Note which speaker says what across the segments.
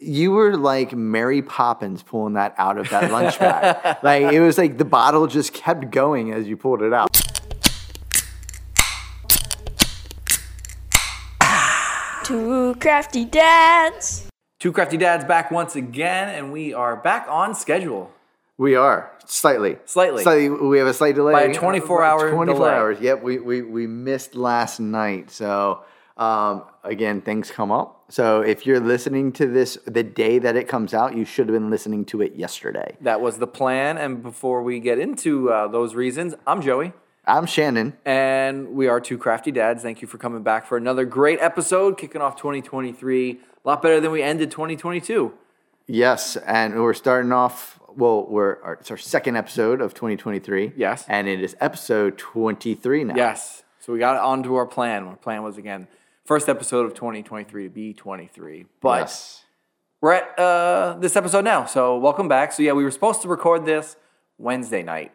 Speaker 1: you were like Mary Poppins pulling that out of that lunch bag. like it was like the bottle just kept going as you pulled it out.
Speaker 2: Two crafty dads.
Speaker 3: Two Crafty Dads back once again, and we are back on schedule.
Speaker 1: We are slightly,
Speaker 3: Slightly.
Speaker 1: slightly. We have a slight delay
Speaker 3: By a 24-hour
Speaker 1: Twenty four
Speaker 3: delay.
Speaker 1: hours. Yep, we, we we missed last night. So um, again, things come up. So if you're listening to this the day that it comes out, you should have been listening to it yesterday.
Speaker 3: That was the plan. And before we get into uh, those reasons, I'm Joey,
Speaker 1: I'm Shannon.
Speaker 3: and we are Two Crafty Dads. Thank you for coming back for another great episode, kicking off 2023. A lot better than we ended 2022.
Speaker 1: Yes, and we're starting off. Well, we're our, it's our second episode of 2023.
Speaker 3: Yes.
Speaker 1: and it is episode 23 now.
Speaker 3: Yes. So we got onto our plan. Our plan was again, first episode of 2023 to be 23. But
Speaker 1: Yes.
Speaker 3: we're at uh, this episode now. So welcome back. So yeah, we were supposed to record this Wednesday night.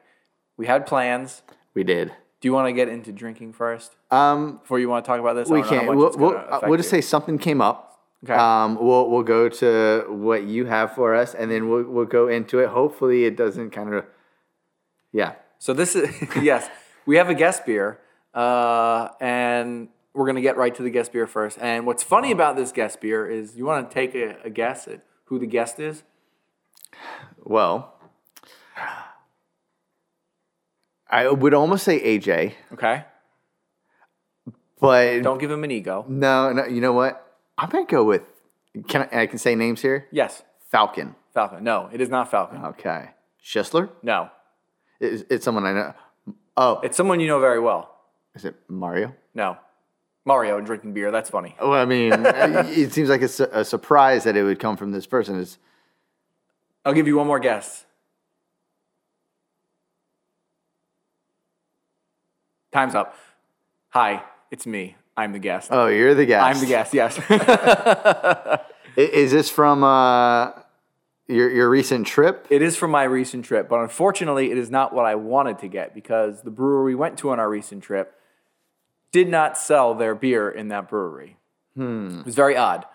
Speaker 3: We had plans.
Speaker 1: we did.
Speaker 3: Do you want to get into drinking first?
Speaker 1: Um,
Speaker 3: Before you want to talk about this, I
Speaker 1: we
Speaker 3: don't know how
Speaker 1: can't.
Speaker 3: much
Speaker 1: We'll,
Speaker 3: it's gonna
Speaker 1: we'll, uh,
Speaker 3: affect
Speaker 1: we'll just
Speaker 3: you.
Speaker 1: say something came up.
Speaker 3: Okay.
Speaker 1: Um, we'll we'll go to what you have for us, and then we'll we'll go into it. Hopefully, it doesn't kind of. Yeah.
Speaker 3: So this is yes, we have a guest beer, uh, and we're gonna get right to the guest beer first. And what's funny about this guest beer is you want to take a, a guess at who the guest is.
Speaker 1: Well, I would almost say AJ,
Speaker 3: Okay,
Speaker 1: but
Speaker 3: don't give him an ego.
Speaker 1: no, no. You know what? I'm gonna go with. Can I, I can say names here?
Speaker 3: Yes,
Speaker 1: Falcon.
Speaker 3: Falcon. No, it is not Falcon.
Speaker 1: Okay. Schistler?
Speaker 3: No,
Speaker 1: It's, it's someone I know. Oh,
Speaker 3: it's someone you know very well.
Speaker 1: is it Mario?
Speaker 3: No, Mario and drinking beer. That's funny.
Speaker 1: Well, I mean, it seems like it's a, a surprise that it would come from this person. It's
Speaker 3: I'll give you one more guess. Time's up. Hi, it's me. I'm the guest.
Speaker 1: oh, you're the guest.
Speaker 3: I'm the guest. Yes.
Speaker 1: I- Is this from uh, your your recent trip?
Speaker 3: It is from my recent trip, but unfortunately, it is not what I wanted to get because the brewery we went to on our recent trip did not sell their beer in that brewery. Hmm. It was very odd.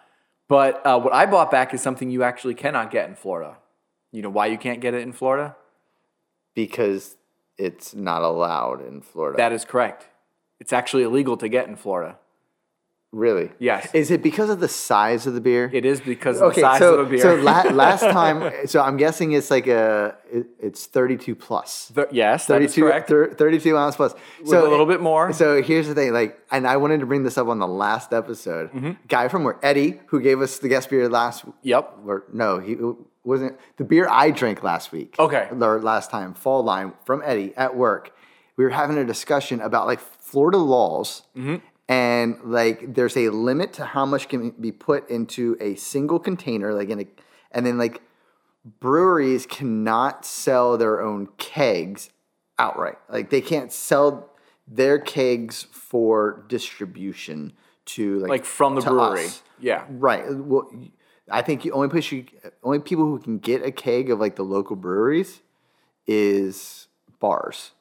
Speaker 3: But uh, what I bought back is something you actually cannot get in Florida. You know why you can't get it in Florida?
Speaker 1: Because it's not allowed in Florida.
Speaker 3: That is correct. It's actually illegal to get in Florida.
Speaker 1: really?
Speaker 3: Yes.
Speaker 1: Is it because of the size of the beer?
Speaker 3: It is because of
Speaker 1: okay,
Speaker 3: the size
Speaker 1: so,
Speaker 3: of a beer.
Speaker 1: so la- last time, so I'm guessing it's like a it, it's 32 plus.
Speaker 3: Th- yes, that is
Speaker 1: 32,
Speaker 3: correct.
Speaker 1: thir- 32 ounce plus. so
Speaker 3: a little bit more.
Speaker 1: So here's the thing, like, and I wanted to bring this up on the last episode.
Speaker 3: Mm-hmm.
Speaker 1: Guy from where Eddie, who gave us the guest beer last,
Speaker 3: yep.
Speaker 1: or no, he wasn't the beer I drank last week.
Speaker 3: Okay.
Speaker 1: or last time, Fall Line from Eddie at work. We were having a discussion about like Florida laws.
Speaker 3: Mm-hmm.
Speaker 1: And like, there's a limit to how much can be put into a single container, like in a, and then like breweries cannot sell their own kegs outright. Like they can't sell their kegs for distribution to like,
Speaker 3: Like from the
Speaker 1: to
Speaker 3: brewery.
Speaker 1: us.
Speaker 3: Yeah.
Speaker 1: Right. uh, Well, I think the only place you, only people who can get a keg of like the local breweries is bars.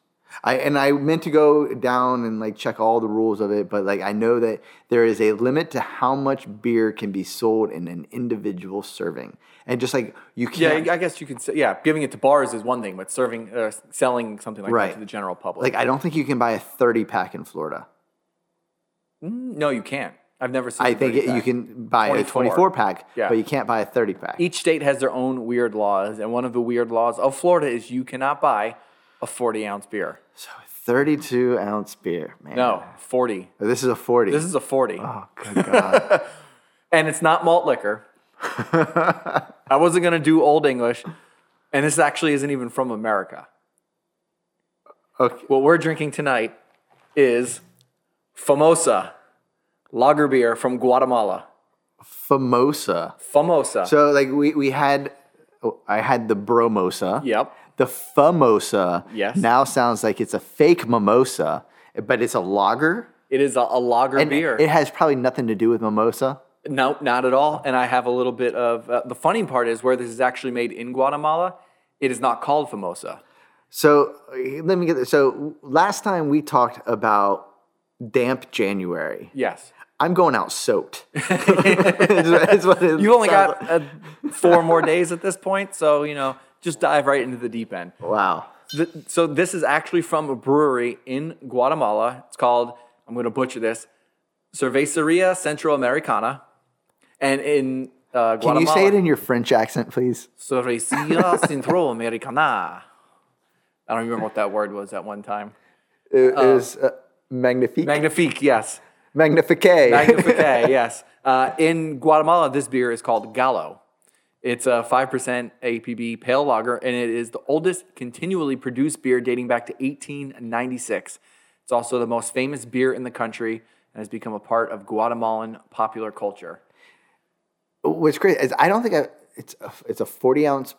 Speaker 1: I and I meant to go down and like check all the rules of it, but like I know that there is a limit to how much beer can be sold in an individual serving, and just like you
Speaker 3: Yeah,
Speaker 1: can't.
Speaker 3: I guess you could say, yeah, giving it to bars is one thing, but serving, uh, selling something like
Speaker 1: Right.
Speaker 3: that to the general public.
Speaker 1: like I don't think you can buy a thirty pack in Florida.
Speaker 3: Mm, No, you can't. I've never seen.
Speaker 1: I
Speaker 3: a
Speaker 1: think
Speaker 3: 30
Speaker 1: it, you
Speaker 3: pack.
Speaker 1: can buy a
Speaker 3: 24.
Speaker 1: twenty-four pack,
Speaker 3: Yeah.
Speaker 1: but you can't buy a thirty pack.
Speaker 3: Each state has their own weird laws, and one of the weird laws of Florida is you cannot buy a forty ounce beer.
Speaker 1: so thirty-two ounce beer, man.
Speaker 3: No, forty.
Speaker 1: this is a forty.
Speaker 3: This is a forty,
Speaker 1: oh, good god.
Speaker 3: and it's not malt liquor. I wasn't gonna do Old English, and this actually isn't even from America.
Speaker 1: okay.
Speaker 3: What we're drinking tonight is Famosa lager beer from Guatemala.
Speaker 1: Famosa.
Speaker 3: Famosa.
Speaker 1: So like we we had oh, I had the bromosa.
Speaker 3: yep.
Speaker 1: The famosa
Speaker 3: Yes.
Speaker 1: now sounds like it's a fake mimosa, but it's a lager.
Speaker 3: It is a, a lager
Speaker 1: And
Speaker 3: beer.
Speaker 1: It has probably nothing to do with mimosa.
Speaker 3: No, not at all. And I have a little bit of uh, the funny part is where this is actually made in Guatemala. It is not called Famosa.
Speaker 1: So eh, let me get this. So last time we talked about damp January.
Speaker 3: Yes,
Speaker 1: I'm going out soaked. It's what- it's what it
Speaker 3: You've only
Speaker 1: sounds
Speaker 3: got uh, four more days at this point, so you know, just dive right into the deep end.
Speaker 1: like. wow.
Speaker 3: Th- so this is actually from a brewery in Guatemala. It's called I'm going to butcher this Cerveceria Centro Americana, and in uh,
Speaker 1: Can
Speaker 3: Guatemala,
Speaker 1: you say it in your French accent, please?
Speaker 3: Cerveceria Centro Americana. I don't remember what that word was at one time.
Speaker 1: It is uh, magnifique.
Speaker 3: Magnifique, yes.
Speaker 1: magnifique.
Speaker 3: Magnifique, yes. Uh, in Guatemala, this beer is called Gallo. It's a 5% APB pale lager, and it is the oldest continually produced beer dating back to 1896. It's also the most famous beer in the country and has become a part of Guatemalan popular culture.
Speaker 1: What's crazy is I don't think I, it's a, it's a 40 ounce.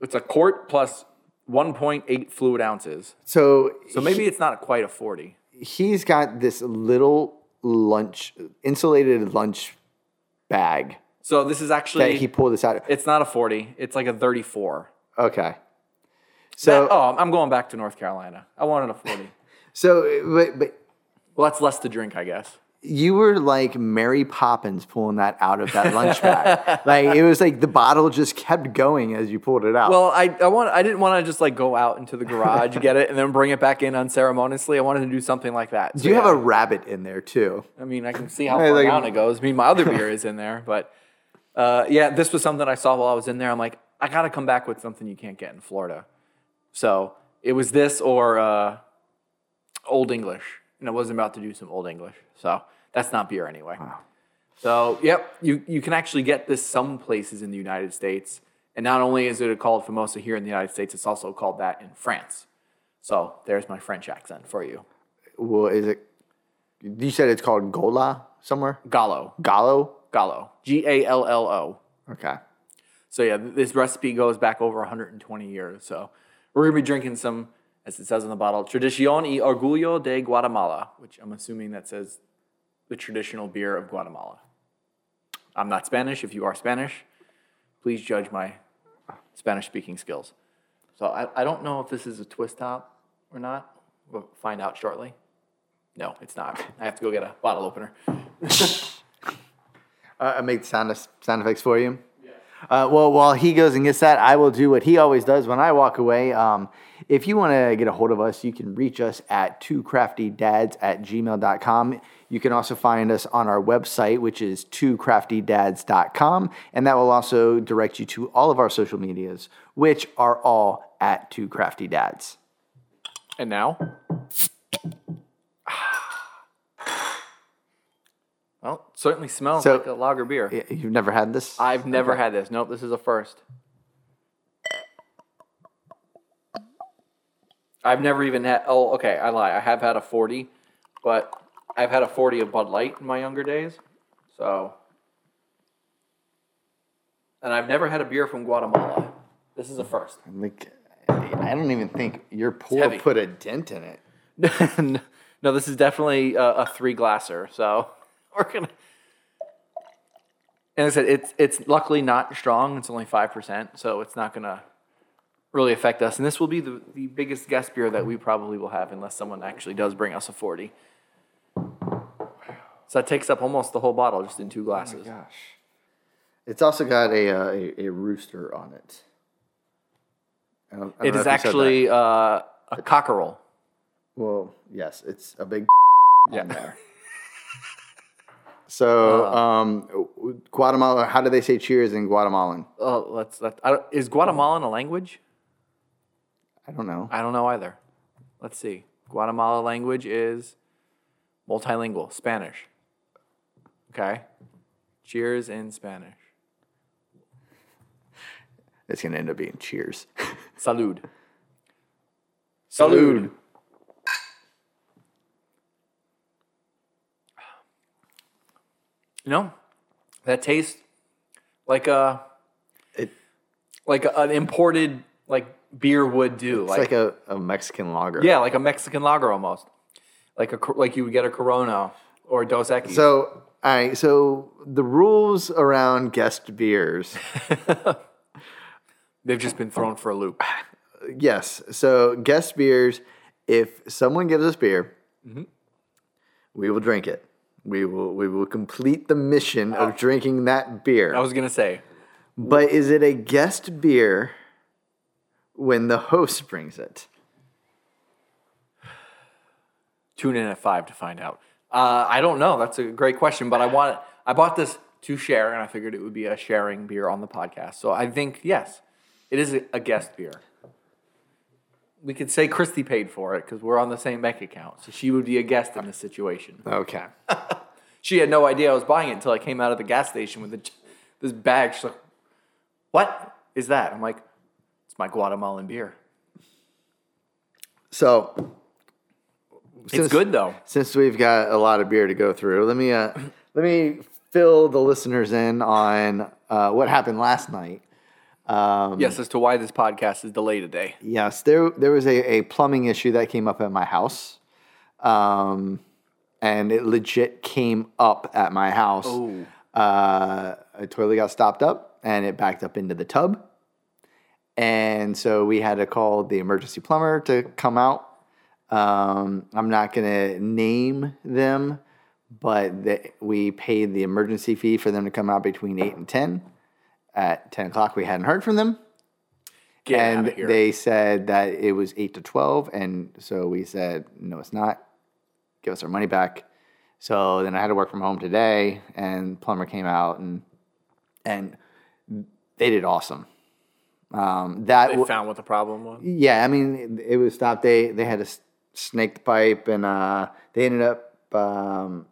Speaker 3: It's a quart plus 1.8 fluid ounces.
Speaker 1: So,
Speaker 3: So maybe it's not quite a 40.
Speaker 1: he's got this little lunch, insulated lunch bag
Speaker 3: So this is
Speaker 1: that
Speaker 3: actually,
Speaker 1: he pulled this out of.
Speaker 3: it's not a 40, it's like a 34.
Speaker 1: Okay. So,
Speaker 3: oh, I'm going back to North Carolina. I wanted a 40.
Speaker 1: so, but, but
Speaker 3: Well, that's less to drink, I guess.
Speaker 1: you were like Mary Poppins pulling that out of that lunch bag. Like it was like the bottle just kept going as you pulled it out.
Speaker 3: Well, I, I want I didn't want to just like go out into the garage, get it, and then bring it back in unceremoniously. I wanted to do something like that.
Speaker 1: do you have a rabbit in there too?
Speaker 3: a? I mean, I can see how
Speaker 1: Hey,
Speaker 3: far
Speaker 1: like-
Speaker 3: down it goes. I mean, my other beer is in there, but uh, yeah, this was something I saw while I was in there. I'm like, I gotta come back with something you can't get in Florida. So it was this or uh, Old English, and I wasn't about to do some Old English. So that's not beer anyway. So, yep, you, you can actually get this some places in the United States. And not only is it called Famosa here in the United States, it's also called that in France. So there's my French accent for you.
Speaker 1: Well, is it? You said it's called Gola somewhere.
Speaker 3: Gallo.
Speaker 1: Gallo.
Speaker 3: Gallo. G A L L O.
Speaker 1: Okay.
Speaker 3: So, yeah, th- this recipe goes back over 120 years. So we're going to be drinking some, as it says on the bottle, Tradicion y Orgullo de Guatemala, which I'm assuming that says the traditional beer of Guatemala. I'm not Spanish. If you are Spanish, please judge my Spanish speaking skills. So I, I don't know if this is a twist top or not. We'll find out shortly. No, it's not. I have to go get a bottle opener.
Speaker 1: Uh, I make the sound sound effects for you. Uh, well, while he goes and gets that, I will do what he always does when I walk away. Um, if you want to get a hold of us, you can reach us at twocraftydads at gmail.com. You can also find us on our website, which is twocraftydads.com, and that will also direct you to all of our social medias, which are all at two crafty dads.
Speaker 3: And now? Well, certainly smells
Speaker 1: So-
Speaker 3: like a lager beer.
Speaker 1: Y- You've never had this?
Speaker 3: I've never had this. Nope, this is a first. I've never even had. Oh, okay, I lie. I have had a forty, but I've had a forty of Bud Light in my younger days. So, and I've never had a beer from Guatemala. This is a first.
Speaker 1: Like, I don't even think your pour
Speaker 3: heavy.
Speaker 1: put a dent in it.
Speaker 3: no, this is definitely a, a three glasser. So we're gonna. And as I said it's it's luckily not strong. It's only five percent, so it's not gonna really affect us. And this will be the, the biggest guest beer that we probably will have, unless someone actually does bring us a forty. So that takes up almost the whole bottle just in two glasses.
Speaker 1: Gosh. It's also got a uh, a, a rooster on it. I don't- I don't know if
Speaker 3: it is
Speaker 1: you said that.
Speaker 3: actually uh, a cockerel.
Speaker 1: well, yes, it's a big
Speaker 3: Yeah. Uh-huh.
Speaker 1: so um, Guatemala. How do they say cheers in Guatemalan?
Speaker 3: Oh, let's. Let, I don't, is Guatemalan a language?
Speaker 1: I don't know.
Speaker 3: I don't know either. Let's see. Guatemala language is multilingual, Spanish. Okay. Cheers in Spanish.
Speaker 1: It's gonna end up being cheers.
Speaker 3: Salud.
Speaker 1: Salud.
Speaker 3: You know, that tastes like a
Speaker 1: It-
Speaker 3: like an imported like beer would do.
Speaker 1: It's like a, a Mexican lager.
Speaker 3: yeah, like a Mexican lager almost. Like a cor- like you would get a Corona or a Dos Equis.
Speaker 1: So all right. So the rules around guest beers.
Speaker 3: They've just been thrown for a loop.
Speaker 1: Yes. So
Speaker 3: Mm-hmm.
Speaker 1: guest beers, if someone gives us beer, we will drink it. We will we will complete the mission
Speaker 3: Uh,
Speaker 1: of drinking that beer.
Speaker 3: I was gonna say
Speaker 1: But is it a guest beer when the host brings it?
Speaker 3: tune in at five to find out. Uh, I don't know. That's a great question, but I want. I bought this to share, and I figured it would be a sharing beer on the podcast. So I think yes, it is a- a guest beer. We could say Christy paid for it because we're on the same bank account, so she would be a guest in this situation.
Speaker 1: Okay.
Speaker 3: She had no idea I was buying it until I came out of the gas station with the, this bag. She's like, "What is that?" I'm like, "It's my Guatemalan beer.
Speaker 1: So
Speaker 3: it's
Speaker 1: Since-
Speaker 3: good though."
Speaker 1: since we've got a lot of beer to go through, let me uh, let me fill the listeners in on uh, what happened last night. Um,
Speaker 3: Yes, as to why this podcast is delayed today.
Speaker 1: Yes, there there was a, a plumbing issue that came up at my house, um, and it legit came up at my house. Uh, a toilet got stopped up, and it backed up into the tub, and so we had to call the emergency plumber to come out. Um, I'm not gonna name them, but they, we paid the emergency fee for them to come out between eight and ten. At ten o'clock, we hadn't heard from them
Speaker 3: Get out
Speaker 1: and
Speaker 3: of here.
Speaker 1: they said that it was 8 to 12 and so we said no it's not give us our money back so then i had to work from home today and plumber came out and and they did awesome um, that
Speaker 3: they
Speaker 1: w-
Speaker 3: found what the problem was.
Speaker 1: yeah i mean it, it was stopped they they had to s- snake the pipe and uh, they ended up um,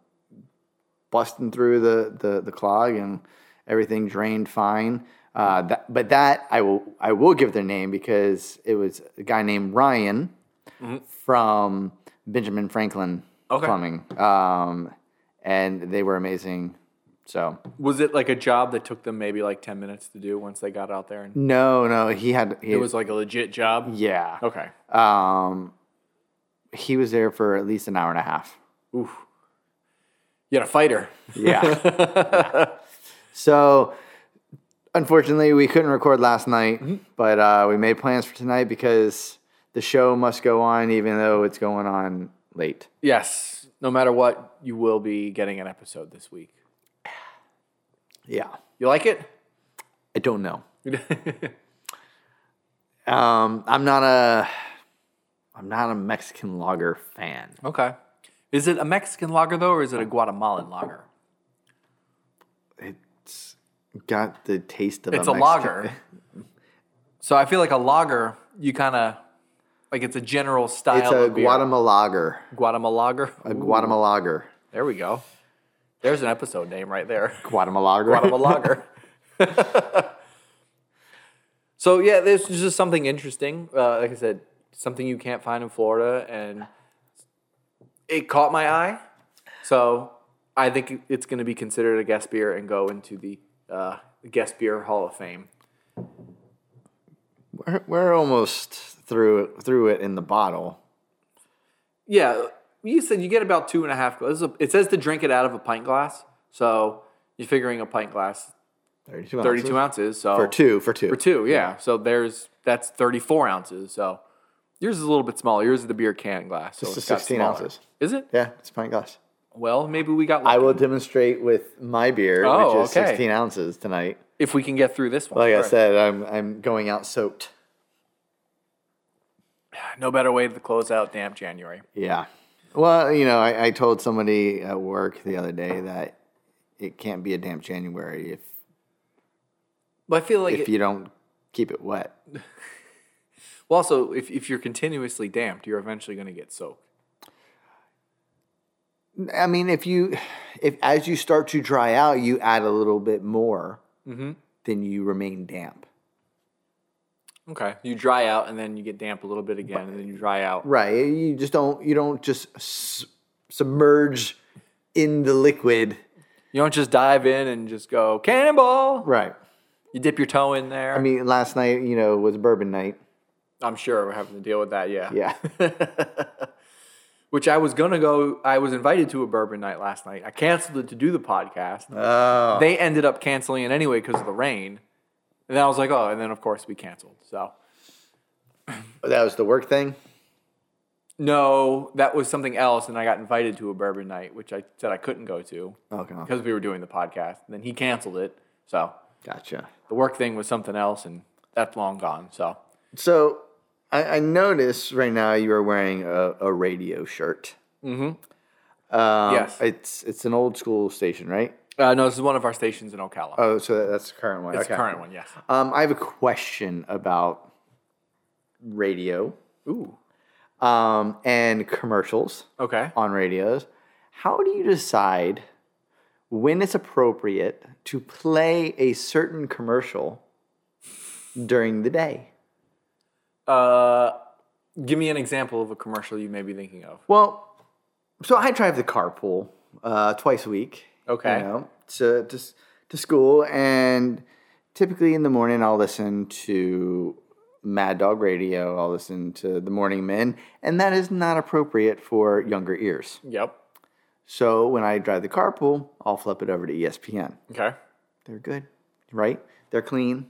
Speaker 1: busting through the, the the clog and everything drained fine uh, that, but that i will i will give their name because it was a guy named ryan from benjamin franklin
Speaker 3: Mm-hmm. Okay.
Speaker 1: plumbing um, and they were amazing so
Speaker 3: Was it like a job that took them maybe like 10 minutes to do once they got out there? And
Speaker 1: no no he had he,
Speaker 3: it was like a legit job?
Speaker 1: yeah
Speaker 3: Okay.
Speaker 1: um, he was there for at least an hour and a half.
Speaker 3: Oof. You had a fighter.
Speaker 1: Yeah. So, unfortunately, we couldn't record last night,
Speaker 3: Mm-hmm.
Speaker 1: but uh, we made plans for tonight because the show must go on, even though it's going on late.
Speaker 3: Yes. No matter what, you will be getting an episode this week.
Speaker 1: Yeah.
Speaker 3: You like it?
Speaker 1: I don't know. Um, I'm not a. I'm not a Mexican lager fan.
Speaker 3: okay. Is it a Mexican lager though, or is it a Guatemalan lager?
Speaker 1: It's got the taste of
Speaker 3: It's
Speaker 1: a,
Speaker 3: a
Speaker 1: Mexican-
Speaker 3: lager. So I feel like a lager, you kind of like it's a general style.
Speaker 1: It's a
Speaker 3: of beer.
Speaker 1: Guatemala lager.
Speaker 3: Guatemala lager.
Speaker 1: A Guatemala lager.
Speaker 3: There we go. There's an episode name right there.
Speaker 1: Guatemala lager.
Speaker 3: Guatemala lager. so yeah, this is just something interesting. Uh, like I said, something you can't find in Florida, and it caught my eye. So I think it's going to be considered a guest beer and go into the uh, guest beer Hall of Fame.
Speaker 1: We're, we're almost through through it in the bottle.
Speaker 3: Yeah, you said you get about two and a half glasses. It says to drink it out of a pint glass, so you're figuring a pint glass,
Speaker 1: Thirty-two.
Speaker 3: thirty-two ounces. So
Speaker 1: for two. For two.
Speaker 3: For two, yeah. So there's that's 34 ounces. So yours is a little bit smaller. Yours is the beer can glass. So
Speaker 1: This
Speaker 3: it's
Speaker 1: is
Speaker 3: got
Speaker 1: 16
Speaker 3: smaller.
Speaker 1: ounces.
Speaker 3: Is it?
Speaker 1: Yeah, it's a pint glass.
Speaker 3: Well, maybe we got.
Speaker 1: I will demonstrate with my beer,
Speaker 3: Oh,
Speaker 1: which is
Speaker 3: okay.
Speaker 1: 16 ounces tonight.
Speaker 3: if we can get through this one.
Speaker 1: Like I
Speaker 3: Right.
Speaker 1: said, I'm I'm going out soaked.
Speaker 3: no better way to close out damn January.
Speaker 1: Yeah. Well, you know, I, I told somebody at work the other day that it can't be a damp January if
Speaker 3: But I feel like
Speaker 1: if
Speaker 3: it-
Speaker 1: you don't keep it wet.
Speaker 3: well, also if if you're continuously damped, you're eventually going to get soaked.
Speaker 1: I mean, if you if as you start to dry out, you add a little bit more,
Speaker 3: Mm-hmm.
Speaker 1: then you remain damp.
Speaker 3: Okay, you dry out and then you get damp a little bit again, and then you dry out.
Speaker 1: Right. You just don't you don't just s- submerge in the liquid.
Speaker 3: You don't just dive in and just go cannonball.
Speaker 1: Right.
Speaker 3: You dip your toe in there.
Speaker 1: I mean, last night, you know, was bourbon night.
Speaker 3: I'm sure we're having to deal with that. Yeah.
Speaker 1: Yeah.
Speaker 3: which I was gonna go. I was invited to a bourbon night last night. I canceled it to do the podcast.
Speaker 1: Oh.
Speaker 3: They ended up canceling it anyway because of the rain. And then I was like, oh, and then of course we canceled. So
Speaker 1: That was the work thing.
Speaker 3: No, that was something else, and I got invited to a bourbon night, which I said I couldn't go to
Speaker 1: Okay.
Speaker 3: because we were doing the podcast. And then he canceled it, so
Speaker 1: Gotcha.
Speaker 3: the work thing was something else, and that's long gone. So
Speaker 1: So I, I notice right now you are wearing a, a radio shirt. Mm-hmm. Um,
Speaker 3: Yes.
Speaker 1: It's it's an old school station, right?
Speaker 3: uh, no, this is one of our stations in Ocala.
Speaker 1: Oh, so that, that's the current one.
Speaker 3: it's
Speaker 1: okay.
Speaker 3: the current one, yes.
Speaker 1: Um, I have a question about radio
Speaker 3: Ooh,
Speaker 1: um, and commercials
Speaker 3: okay.
Speaker 1: on radios. How do you decide when it's appropriate to play a certain commercial during the day?
Speaker 3: Uh, give me an example of a commercial you may be thinking of.
Speaker 1: Well, so I drive the carpool uh, twice a week.
Speaker 3: Okay.
Speaker 1: You know, to, to s- to school, and typically in the morning I'll listen to Mad Dog Radio. I'll listen to The Morning Men, and that is not appropriate for younger ears.
Speaker 3: Yep.
Speaker 1: So when I drive the carpool, I'll flip it over to E ESPN.
Speaker 3: Okay.
Speaker 1: They're good, right? They're clean.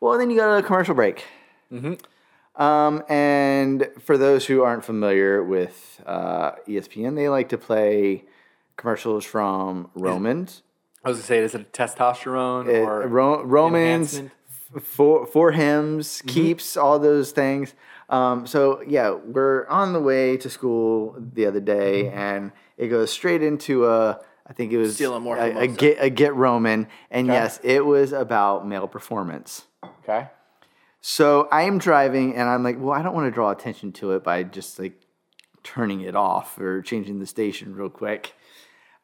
Speaker 1: Well, then you go to a commercial break. Um, and for those who aren't familiar with uh, ESPN, they like to play commercials from Romans,
Speaker 3: I was gonna say, is it a testosterone
Speaker 1: Uh,
Speaker 3: or
Speaker 1: Ro- Romans,
Speaker 3: enhancement? Mm-hmm.
Speaker 1: f- for for hymns, keeps, all those things. Um, so yeah, we're on the way to school the other day, and it goes straight into a. I think it was
Speaker 3: Mm-hmm. Steal 'em or
Speaker 1: a, a
Speaker 3: Formosa.
Speaker 1: get a get Roman, and yes, it was about male performance.
Speaker 3: Okay.
Speaker 1: So I am driving and I'm like, well, I don't want to draw attention to it by just like turning it off or changing the station real quick.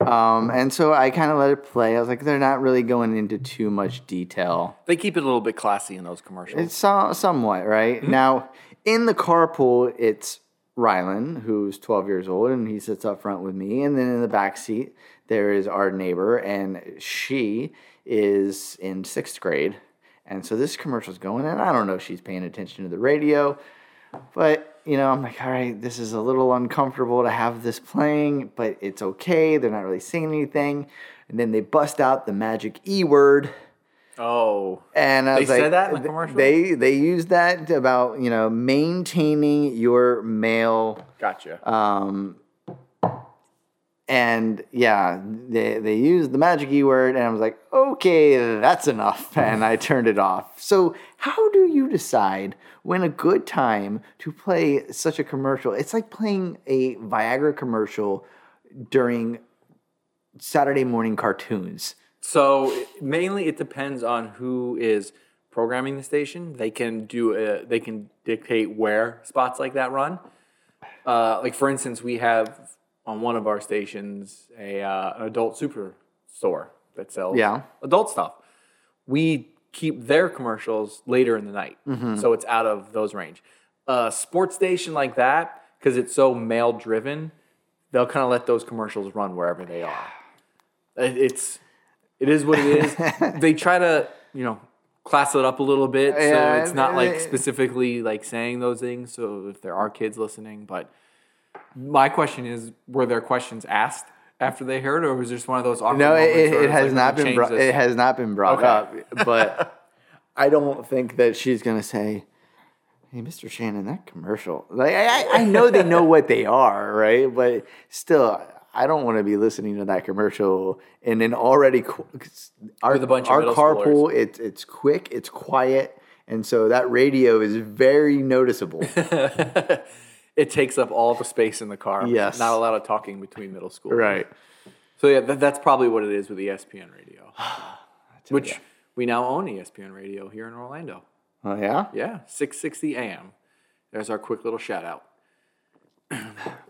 Speaker 1: Um, and so I kind of let it play. I was like, they're not really going into too much detail.
Speaker 3: They keep it a little bit classy in those commercials.
Speaker 1: It's so- somewhat, right? Now, in the carpool, it's Rylan, who's 12 years old, and he sits up front with me. And then in the back seat, there is our neighbor, and she is in sixth grade. And so this commercial's going, and I don't know if she's paying attention to the radio, but you know, I'm like, all right, this is a little uncomfortable to have this playing, but it's okay. They're not really saying anything. And then they bust out the magic E word.
Speaker 3: oh,
Speaker 1: And I
Speaker 3: They
Speaker 1: was like,
Speaker 3: said that in the
Speaker 1: th-
Speaker 3: commercial?
Speaker 1: They they use that about you know maintaining your male, um,
Speaker 3: gotcha.
Speaker 1: and yeah, they they use the magic E word, and I was like, okay, that's enough, and I turned it off. So how do you decide when a good time to play such a commercial? It's like playing a Viagra commercial during Saturday morning cartoons.
Speaker 3: So mainly it depends on who is programming the station. They can do a, they can dictate where spots like that run. Uh, like for instance, we have on one of our stations a uh, an adult super store that sells
Speaker 1: Yeah.
Speaker 3: adult stuff. We keep their commercials later in the night, so it's out of those range. A sports station like that, because it's so male driven, they'll kind of let those commercials run wherever they are. It- It's it is what it is. they try to, you know, class it up a little bit
Speaker 1: Yeah,
Speaker 3: so it's not like
Speaker 1: they-
Speaker 3: specifically like saying those things. So if there are kids listening, but my question is, were there questions asked after they heard, or was it just one of those awkward?
Speaker 1: No, it, it,
Speaker 3: moments where
Speaker 1: it
Speaker 3: it's like,
Speaker 1: has
Speaker 3: we
Speaker 1: not
Speaker 3: can
Speaker 1: been
Speaker 3: change
Speaker 1: brought.
Speaker 3: this?
Speaker 1: It has not been brought
Speaker 3: Okay.
Speaker 1: up, but I don't think that she's gonna say, "Hey, Mr. Shannon, that commercial." Like I, I- I know they know what they are, right? But still, I don't want to be listening to that commercial in an already qu- our
Speaker 3: With a bunch of
Speaker 1: our
Speaker 3: middle
Speaker 1: carpool. It's it's quick, it's quiet, and so that radio is very noticeable.
Speaker 3: it takes up all the space in the car.
Speaker 1: Yes.
Speaker 3: not a lot of talking between middle school.
Speaker 1: right.
Speaker 3: So yeah, th- that's probably what it is with E ESPN Radio, which we now own E ESPN Radio here in Orlando.
Speaker 1: Oh yeah.
Speaker 3: Yeah, 660 AM. There's our quick little shout out.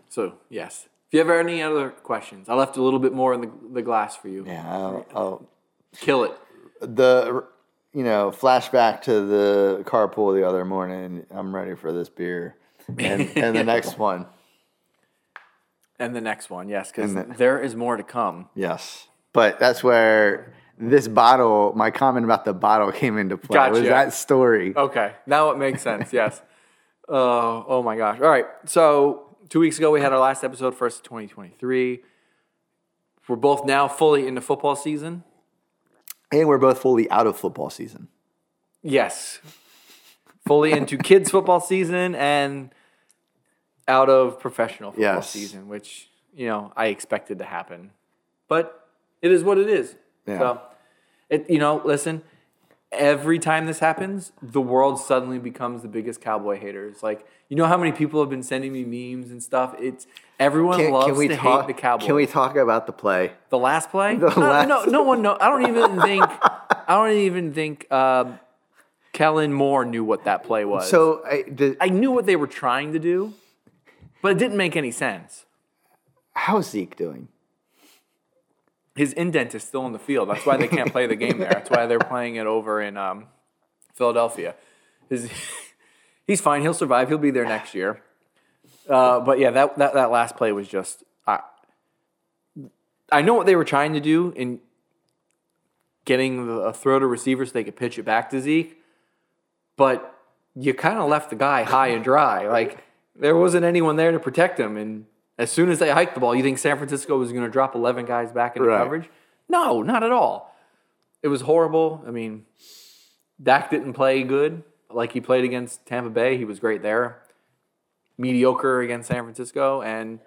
Speaker 3: so, yes. If you have any other questions, I left a little bit more in the, the glass for you.
Speaker 1: Yeah. I'll- I'll-
Speaker 3: Kill it.
Speaker 1: the you know flashback to the carpool the other morning. I'm ready for this beer and, and the next one.
Speaker 3: And the next one, yes, because
Speaker 1: And the-
Speaker 3: there is more to come.
Speaker 1: Yes, but that's where this bottle. My comment about the bottle came into play. Was
Speaker 3: Gotcha. Oh.
Speaker 1: that story?
Speaker 3: Okay, now it makes sense, yes. Oh, oh my gosh. All right, so two weeks ago we had our last episode, first of 2023. We're both now fully into football season.
Speaker 1: And we're both fully out of football season.
Speaker 3: Yes. Fully into kids' football season and out of professional football
Speaker 1: Yes.
Speaker 3: season, which you know I expected to happen, but it is what it is.
Speaker 1: Yeah.
Speaker 3: So, it you know, listen. Every time this happens, the world suddenly becomes the biggest cowboy haters. Like, you know how many people have been sending me memes and stuff. It's everyone loves to
Speaker 1: talk?
Speaker 3: hate the Cowboys.
Speaker 1: Can we talk about the play?
Speaker 3: The last play? I don't-
Speaker 1: last-
Speaker 3: No, no one know. I don't even think. I don't even think uh, Kellen Moore knew what that play was.
Speaker 1: So I, did,
Speaker 3: I knew what they were trying to do, but it didn't make any sense.
Speaker 1: how's Zeke doing?
Speaker 3: His indent is still in the field. That's why they can't play the game there. That's why they're playing it over in um, Philadelphia. His- he's fine. He'll survive. He'll be there next year. Uh, but yeah, that, that that last play was just. I, I know what they were trying to do in getting the, a throw to receiver so they could pitch it back to Zeke, but you kind of left the guy high and dry. Like there wasn't anyone there to protect him. And as soon as they hiked the ball, you think San Francisco was going to drop eleven guys back into
Speaker 1: Right.
Speaker 3: coverage? No, not at all. It was horrible. I mean, Dak didn't play good like he played against Tampa Bay. He was great there. Mediocre against San Francisco, and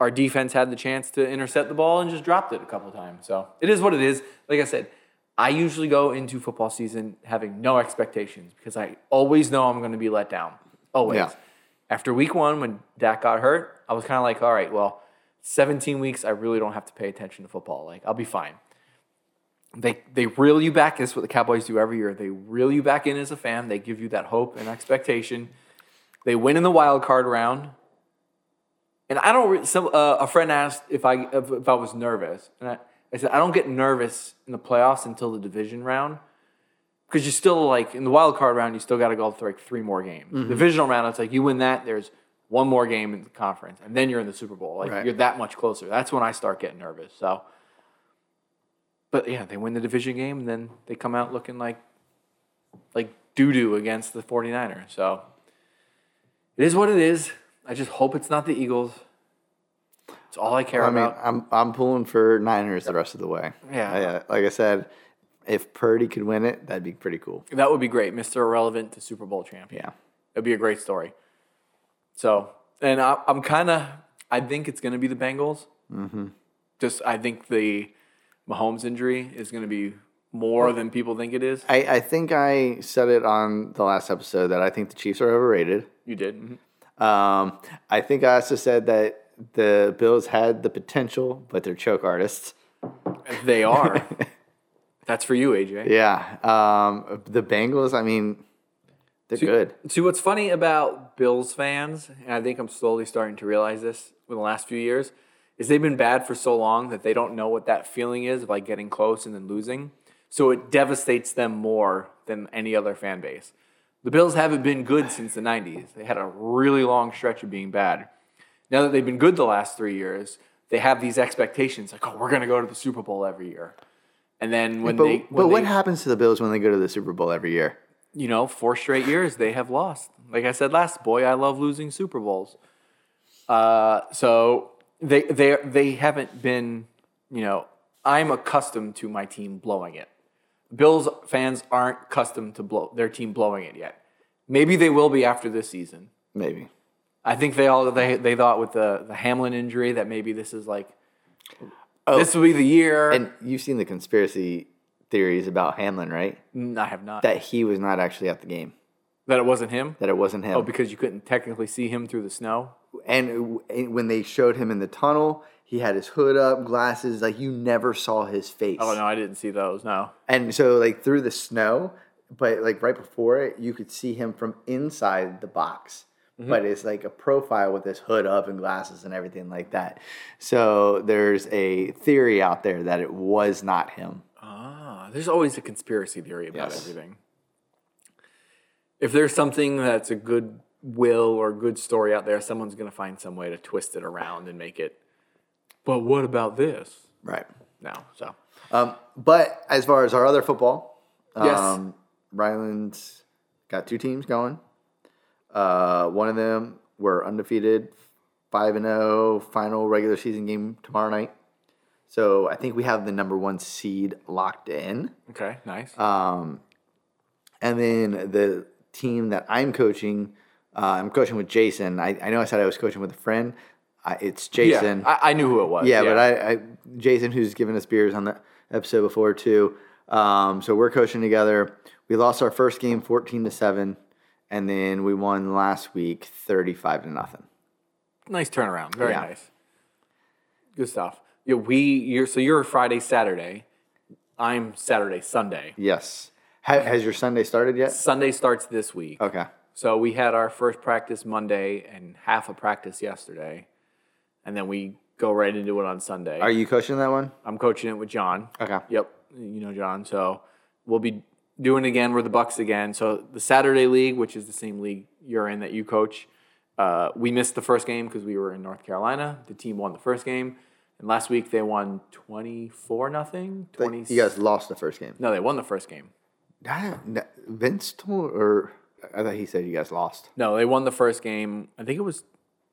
Speaker 3: our defense had the chance to intercept the ball and just dropped it a couple times. So it is what it is. Like I said, I usually go into football season having no expectations because I always know I'm going to be let down. Always.
Speaker 1: Yeah.
Speaker 3: After week one, when Dak got hurt, I was kind of like, all right, well, 17 weeks, I really don't have to pay attention to football. Like, I'll be fine they they reel you back. That's what the Cowboys do every year. They reel you back in as a fan. They give you that hope and expectation. They win in the wild card round. And I don't. Re- some, uh, a friend asked if I if, if I was nervous, and I, I said I don't get nervous in the playoffs until the division round because you still like in the wild card round you still got to go through like three more games. Divisional round, it's like you win that, there's one more game in the conference, and then you're in the Super Bowl. Like
Speaker 1: Right.
Speaker 3: you're that much closer. That's when I start getting nervous. So, but yeah, they win the division game, and then they come out looking like like doo doo against the 49ers. So it is what it is. I just hope it's not the Eagles. It's all I care
Speaker 1: I mean,
Speaker 3: about.
Speaker 1: I'm I'm pulling for Niners the rest of the way.
Speaker 3: Yeah.
Speaker 1: I- uh, like I said, if Purdy could win it, that'd be pretty cool.
Speaker 3: That would be great, Mr. Irrelevant to Super Bowl champion.
Speaker 1: Yeah.
Speaker 3: It'd be a great story. So, and I, I'm kind of, I think it's going to be the Bengals. Mm-hmm. Just, I think the Mahomes injury is going to be more than people think it is.
Speaker 1: I, I think I said it on the last episode that I think the Chiefs are overrated.
Speaker 3: You did. Mhm.
Speaker 1: Um, I think I also said that the Bills had the potential, but they're choke artists.
Speaker 3: They are. That's for you, AJ.
Speaker 1: Yeah. Um, the Bengals, I mean, they're good.
Speaker 3: See, what's funny about Bills fans, and I think I'm slowly starting to realize this in the last few years, is they've been bad for so long that they don't know what that feeling is of like getting close and then losing. So it devastates them more than any other fan base. The Bills haven't been good since the 90s. They had a really long stretch of being bad. Now that they've been good the last three years, they have these expectations like, oh, we're going to go to the Super Bowl every year. And then when
Speaker 1: But,
Speaker 3: they. when
Speaker 1: but what
Speaker 3: they-
Speaker 1: happens to the Bills when they go to the Super Bowl every year?
Speaker 3: you know, four straight years they have lost. Like I said last, boy, I love losing Super Bowls. Uh, so they they they haven't been, you know, I'm accustomed to my team blowing it. Bills fans aren't accustomed to blow their team blowing it yet. Maybe they will be after this season.
Speaker 1: Maybe.
Speaker 3: I think they all they they thought with the the Hamlin injury that maybe this is like this will be the year.
Speaker 1: Oh. And you've seen the conspiracy theories about Hamlin, right?
Speaker 3: And Mm, I have not that,
Speaker 1: That he was not actually at the game,
Speaker 3: it wasn't him.
Speaker 1: that it wasn't him.
Speaker 3: Oh, because you couldn't technically see him through the snow.
Speaker 1: and w- and when they showed him in the tunnel, he had his hood up, glasses, like you never saw his face.
Speaker 3: Oh no, I didn't see those. No.
Speaker 1: And so like through the snow, but like right before it, you could see him from inside the box.
Speaker 3: Mm-hmm.
Speaker 1: But it's like a profile with his hood up and glasses and everything like that. So there's a theory out there that it was not him.
Speaker 3: Ah, there's always a conspiracy theory about
Speaker 1: Yes.
Speaker 3: everything. If there's something that's a good will or good story out there, someone's going to find some way to twist it around and make it. But what about this?
Speaker 1: Right.
Speaker 3: No, so
Speaker 1: Um, but as far as our other football,
Speaker 3: Yes.
Speaker 1: um, Ryland's got two teams going. Uh, one of them were undefeated, five and zero. Final regular season game tomorrow night. So I think we have the number one seed locked in.
Speaker 3: okay,
Speaker 1: Uh,
Speaker 3: nice.
Speaker 1: Um, and then the team that I'm coaching Uh, I'm coaching with Jason. I, I know I said I was coaching with a friend. I, it's Jason.
Speaker 3: Uh, Yeah, I, I knew who it was.
Speaker 1: Yeah, but I, I Jason, who's given us beers on the episode before too. Um, so we're coaching together. We lost our first game fourteen to seven, and then we won last week thirty five to nothing.
Speaker 3: nice turnaround. Very
Speaker 1: Yeah.
Speaker 3: nice. Good stuff. Yeah, we you're so you're Friday Saturday. I'm Saturday Sunday.
Speaker 1: Yes. Ha- has your Sunday started yet?
Speaker 3: Sunday starts this week.
Speaker 1: Okay.
Speaker 3: So we had our first practice Monday and half a practice yesterday, and then we go right into it on Sunday.
Speaker 1: Are you coaching that one?
Speaker 3: I'm coaching it with John.
Speaker 1: Okay.
Speaker 3: Yep, you know John. So we'll be doing it again. We're the Bucks again. So the Saturday league, which is the same league you're in that you coach, uh, we missed the first game because we were in North Carolina. The team won the first game, and last week they won 24 nothing. 20.
Speaker 1: You guys lost the first game.
Speaker 3: No, they won the first game.
Speaker 1: I don't- no, Vince told, or I thought he said you guys lost.
Speaker 3: No, they won the first game. I think it was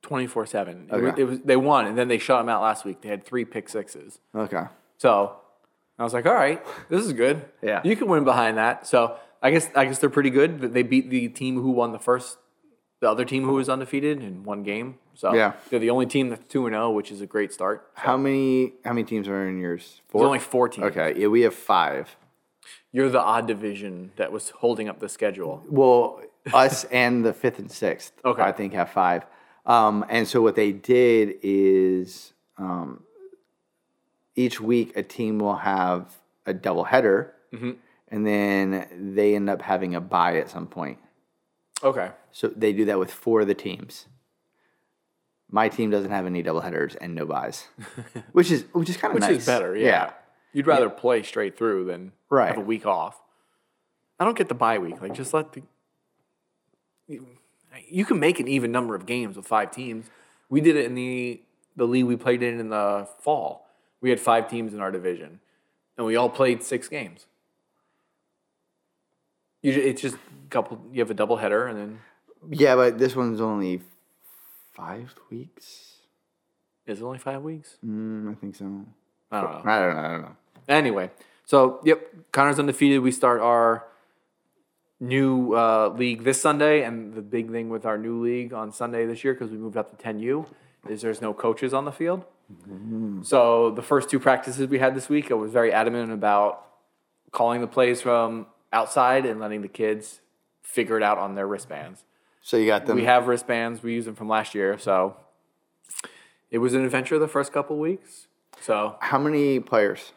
Speaker 3: 24 7.
Speaker 1: Okay.
Speaker 3: It was They won, and then they shut them out last week. They had three pick sixes.
Speaker 1: Okay.
Speaker 3: So I was like, all right, this is good.
Speaker 1: Yeah.
Speaker 3: You can win behind that. So I guess I guess they're pretty good that they beat the team who won the first the other team who was undefeated in one game. So
Speaker 1: Yeah.
Speaker 3: they're the only team that's 2 and 0, which is a great start.
Speaker 1: How many? How many teams are in yours?
Speaker 3: There's only 4 teams.
Speaker 1: Okay. Yeah, we have five.
Speaker 3: You're the odd division that was holding up the schedule.
Speaker 1: Well, us and the fifth and sixth,
Speaker 3: Okay.
Speaker 1: I think, have five. Um, and so what they did is um, each week a team will have a doubleheader,
Speaker 3: Mm-hmm.
Speaker 1: and then they end up having a bye at some point.
Speaker 3: Okay.
Speaker 1: So they do that with four of the teams. My team doesn't have any doubleheaders and no buys, which is which is kind of
Speaker 3: Which
Speaker 1: nice.
Speaker 3: is better, yeah. You'd rather play straight through than
Speaker 1: Right.
Speaker 3: have a week off. I don't get the bye week. Like just let the you, you can make an even number of games with five teams. We did it in the the league we played in in the fall. We had five teams in our division, and we all played six games. You, ju- it's just a couple. You have a double header, and then
Speaker 1: Yeah, but this one's only five weeks.
Speaker 3: is it only five weeks?
Speaker 1: Mm, I think so.
Speaker 3: I don't know.
Speaker 1: I don't know. I don't know.
Speaker 3: Anyway, so yep, Connor's undefeated. We start our new uh, league this Sunday, and the big thing with our new league on Sunday this year because we moved up to 10U is there's no coaches on the field. So the first two practices we had this week, I was very adamant about calling the plays from outside and letting the kids figure it out on their wristbands.
Speaker 1: So you got them.
Speaker 3: We have wristbands. We use them from last year, so it was an adventure the first couple weeks. So
Speaker 1: How many players?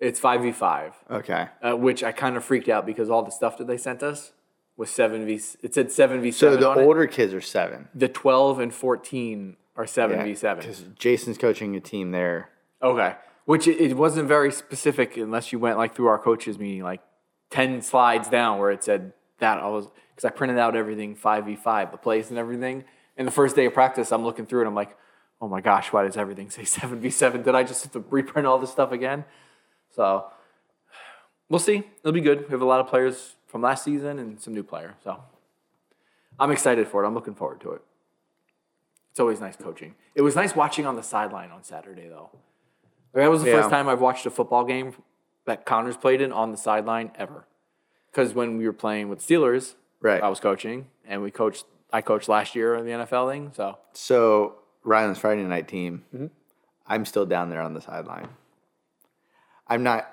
Speaker 3: it's five v five.
Speaker 1: Okay.
Speaker 3: uh, which I kind of freaked out because all the stuff that they sent us was seven v. It said seven v
Speaker 1: So
Speaker 3: seven.
Speaker 1: the
Speaker 3: on it.
Speaker 1: older kids are seven.
Speaker 3: the twelve and fourteen are seven v seven.
Speaker 1: Because Jason's coaching a team there.
Speaker 3: Okay, which it, it wasn't very specific unless you went like through our coaches meeting, like ten slides down where it said that I was because I printed out everything five v five, the plays and everything. And the first day of practice, I'm looking through it. I'm like, oh my gosh, why does everything say seven v seven? Did I just have to reprint all this stuff again? So we'll see. It'll be good. We have a lot of players from last season and some new player. So I'm excited for it. I'm looking forward to it. It's always nice coaching. It was nice watching on the sideline on Saturday though. That was the
Speaker 1: Yeah.
Speaker 3: first time I've watched a football game that Connors played in on the sideline ever. Because when we were playing with Steelers,
Speaker 1: Right.
Speaker 3: I was coaching, and we coached. I coached last year in the NFL thing, so
Speaker 1: So Ryland's Friday night team.
Speaker 3: Mm-hmm.
Speaker 1: I'm still down there on the sideline. I'm not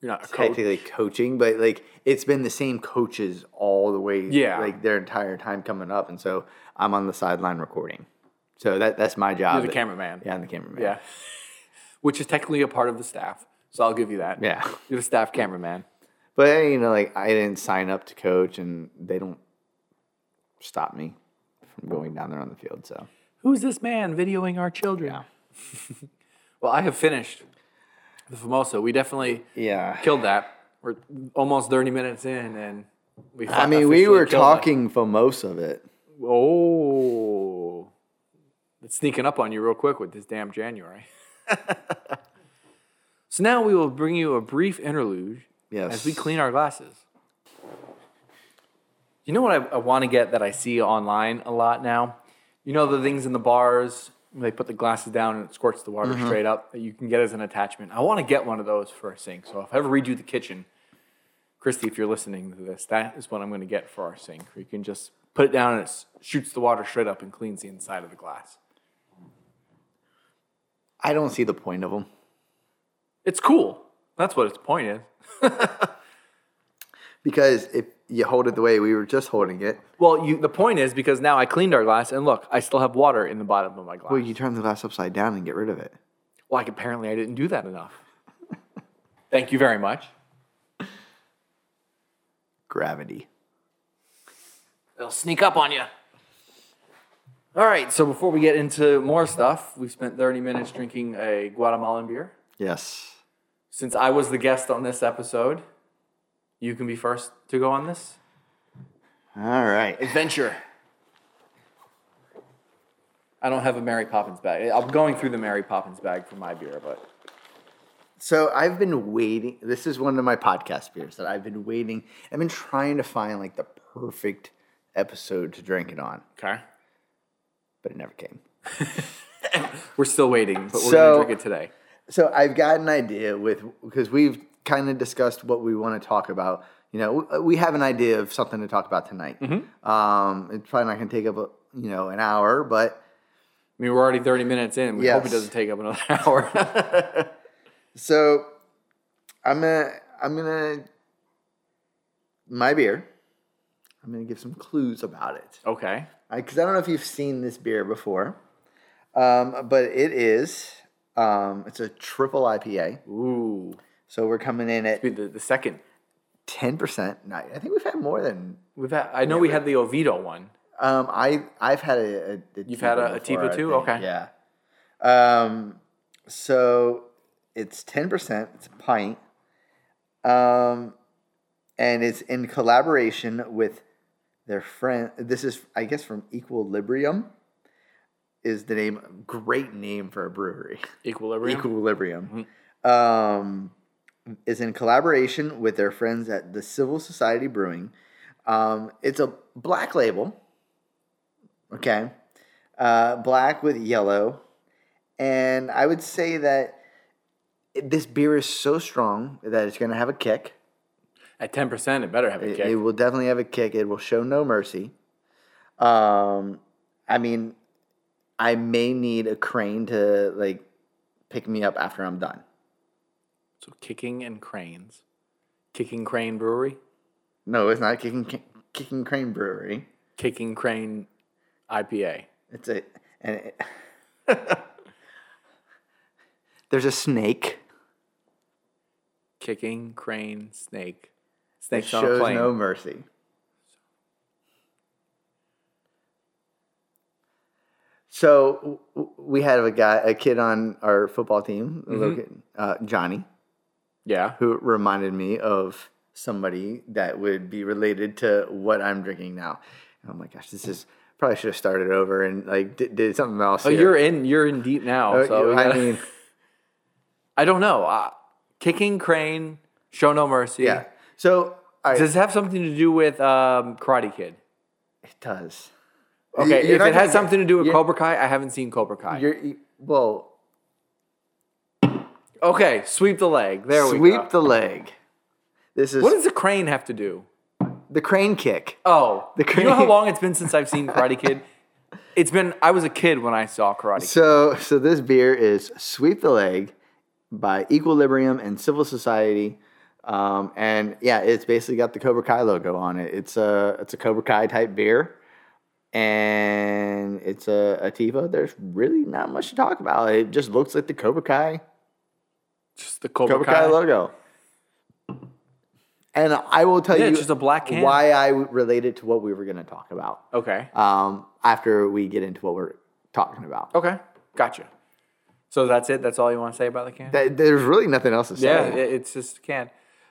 Speaker 3: you're not a coach.
Speaker 1: technically coaching, but like it's been the same coaches all the way.
Speaker 3: Yeah.
Speaker 1: Like their entire time coming up, and so I'm on the sideline recording. So that that's my job.
Speaker 3: You're the cameraman.
Speaker 1: uh, Yeah, I'm the cameraman.
Speaker 3: Yeah. Which is technically a part of the staff. So I'll give you that.
Speaker 1: Yeah.
Speaker 3: You're the staff cameraman.
Speaker 1: But you know, like I didn't sign up to coach, and they don't stop me from going down there on the field. So.
Speaker 3: Who's this man videoing our children? well, I have finished the Famosa. We definitely
Speaker 1: Yeah.
Speaker 3: killed that. We're almost 30 minutes in, and we
Speaker 1: I mean, we were talking for most of it.
Speaker 3: Oh, it's sneaking up on you real quick with this damn January. so now we will bring you a brief interlude
Speaker 1: Yes.
Speaker 3: as we clean our glasses. You know what I, I want to get that I see online a lot now? You know the things in the bars, when they put the glasses down and it squirts the water straight up that you can get as an attachment. I want to get one of those for a sink. So if I ever redo the kitchen, Christy, if you're listening to this, that is what I'm going to get for our sink. You can just put it down and it s- shoots the water straight up and cleans the inside of the glass.
Speaker 1: I don't see the point of them.
Speaker 3: It's cool. That's what its point is.
Speaker 1: Because if you hold it the way we were just holding it,
Speaker 3: Well, you, the point is because now I cleaned our glass and look, I still have water in the bottom of my glass.
Speaker 1: well, you turn the glass upside down and get rid of it.
Speaker 3: Well, like apparently I didn't do that enough. Thank you very much.
Speaker 1: Gravity.
Speaker 3: They'll sneak up on you. All right, so before we get into more stuff, we spent 30 minutes drinking a Guatemalan beer.
Speaker 1: Yes.
Speaker 3: Since I was the guest on this episode, you can be first to go on this
Speaker 1: All right.
Speaker 3: adventure. I don't have a Mary Poppins bag. I'm going through the Mary Poppins bag for my beer, but
Speaker 1: So I've been waiting. This is one of my podcast beers that I've been waiting. I've been trying to find like the perfect episode to drink it on,
Speaker 3: okay.
Speaker 1: but it never came.
Speaker 3: We're still waiting, but we're
Speaker 1: So-
Speaker 3: gonna drink it today.
Speaker 1: So I've got an idea with because we've kind of discussed what we want to talk about. You know, w- we have an idea of something to talk about tonight. Um, it's probably not going to take up a, you know an hour, but
Speaker 3: I mean, we're already 30 minutes in. We hope
Speaker 1: Yes.
Speaker 3: it doesn't take up another hour.
Speaker 1: so I'm gonna I'm gonna my beer. I'm gonna give some clues about it
Speaker 3: okay.
Speaker 1: because I, don't know if you've seen this beer before, um, but it is um, it's a triple IPA.
Speaker 3: Ooh.
Speaker 1: So we're coming in at
Speaker 3: Be The, the second.
Speaker 1: ten percent. I I think we've had more than
Speaker 3: We've had, I know we had the Oviedo one.
Speaker 1: Um, I I've had a, a, a you've
Speaker 3: had a- a Tivo too? Okay.
Speaker 1: yeah. Um, so it's ten percent. It's a pint. Um, and it's in collaboration with their friend. This is I guess from Equilibrium. Is the name great name for a brewery?
Speaker 3: Equilibrium.
Speaker 1: Equilibrium.
Speaker 3: Mm-hmm.
Speaker 1: Um, is in collaboration with their friends at the Civil Society Brewing. Um, it's a black label. Okay. Uh, black with yellow. And I would say that it- this beer is so strong that it's going to have a kick.
Speaker 3: At 10%, it better have a
Speaker 1: It-
Speaker 3: kick.
Speaker 1: It will definitely have a kick. It will show no mercy. Um, I mean, I may need a crane to like pick me up after I'm done.
Speaker 3: so kicking and cranes. Kicking Crane Brewery.
Speaker 1: No, it's not kicking kicking crane brewery.
Speaker 3: Kicking Crane IPA.
Speaker 1: It's a and it, there's a snake.
Speaker 3: Kicking Crane Snake.
Speaker 1: It
Speaker 3: Snake's on a
Speaker 1: shows
Speaker 3: plane.
Speaker 1: no mercy. So w- w- we had a guy, a kid on our football team, a little kid, uh, Johnny,
Speaker 3: yeah.
Speaker 1: who reminded me of somebody that would be related to what I'm drinking now. Oh my gosh, this is probably should have started over and like did, did something else.
Speaker 3: Oh,
Speaker 1: here.
Speaker 3: you're in. You're in deep now.
Speaker 1: Uh,
Speaker 3: so we
Speaker 1: I
Speaker 3: gotta-
Speaker 1: mean.
Speaker 3: I don't know. Uh, kicking Crane, Show No Mercy.
Speaker 1: Yeah. So all right,
Speaker 3: Does it have something to do with um, Karate Kid?
Speaker 1: it does.
Speaker 3: Okay,
Speaker 1: You're
Speaker 3: if
Speaker 1: not
Speaker 3: it has
Speaker 1: gonna-
Speaker 3: something to do with
Speaker 1: you're-
Speaker 3: Cobra Kai, I haven't seen Cobra Kai.
Speaker 1: You're you- well.
Speaker 3: okay, sweep the leg. There we go.
Speaker 1: Sweep the leg. This is
Speaker 3: what does the crane have to do?
Speaker 1: the crane kick.
Speaker 3: Oh, the crane.
Speaker 1: crane.
Speaker 3: You know how long it's been since I've seen Karate Kid? It's been. I was a kid when I saw Karate Kid.
Speaker 1: So so this beer is sweep the leg by Equilibrium and Civil Society. Um, and yeah, it's basically got the Cobra Kai logo on it. It's a it's a Cobra Kai type beer, and it's a, a TiVo. There's really not much to talk about. It just looks like the Cobra Kai
Speaker 3: Just the Cobra,
Speaker 1: Cobra
Speaker 3: Kai.
Speaker 1: Kai logo. And I will tell
Speaker 3: Yeah,
Speaker 1: you
Speaker 3: it's just a black can.
Speaker 1: why I relate it to what we were going to talk about
Speaker 3: Okay.
Speaker 1: um, after we get into what we're talking about.
Speaker 3: Okay. Gotcha. So that's it. That's all you want to say about the can?
Speaker 1: Th- There's really nothing else to say.
Speaker 3: Yeah, it, it's just can.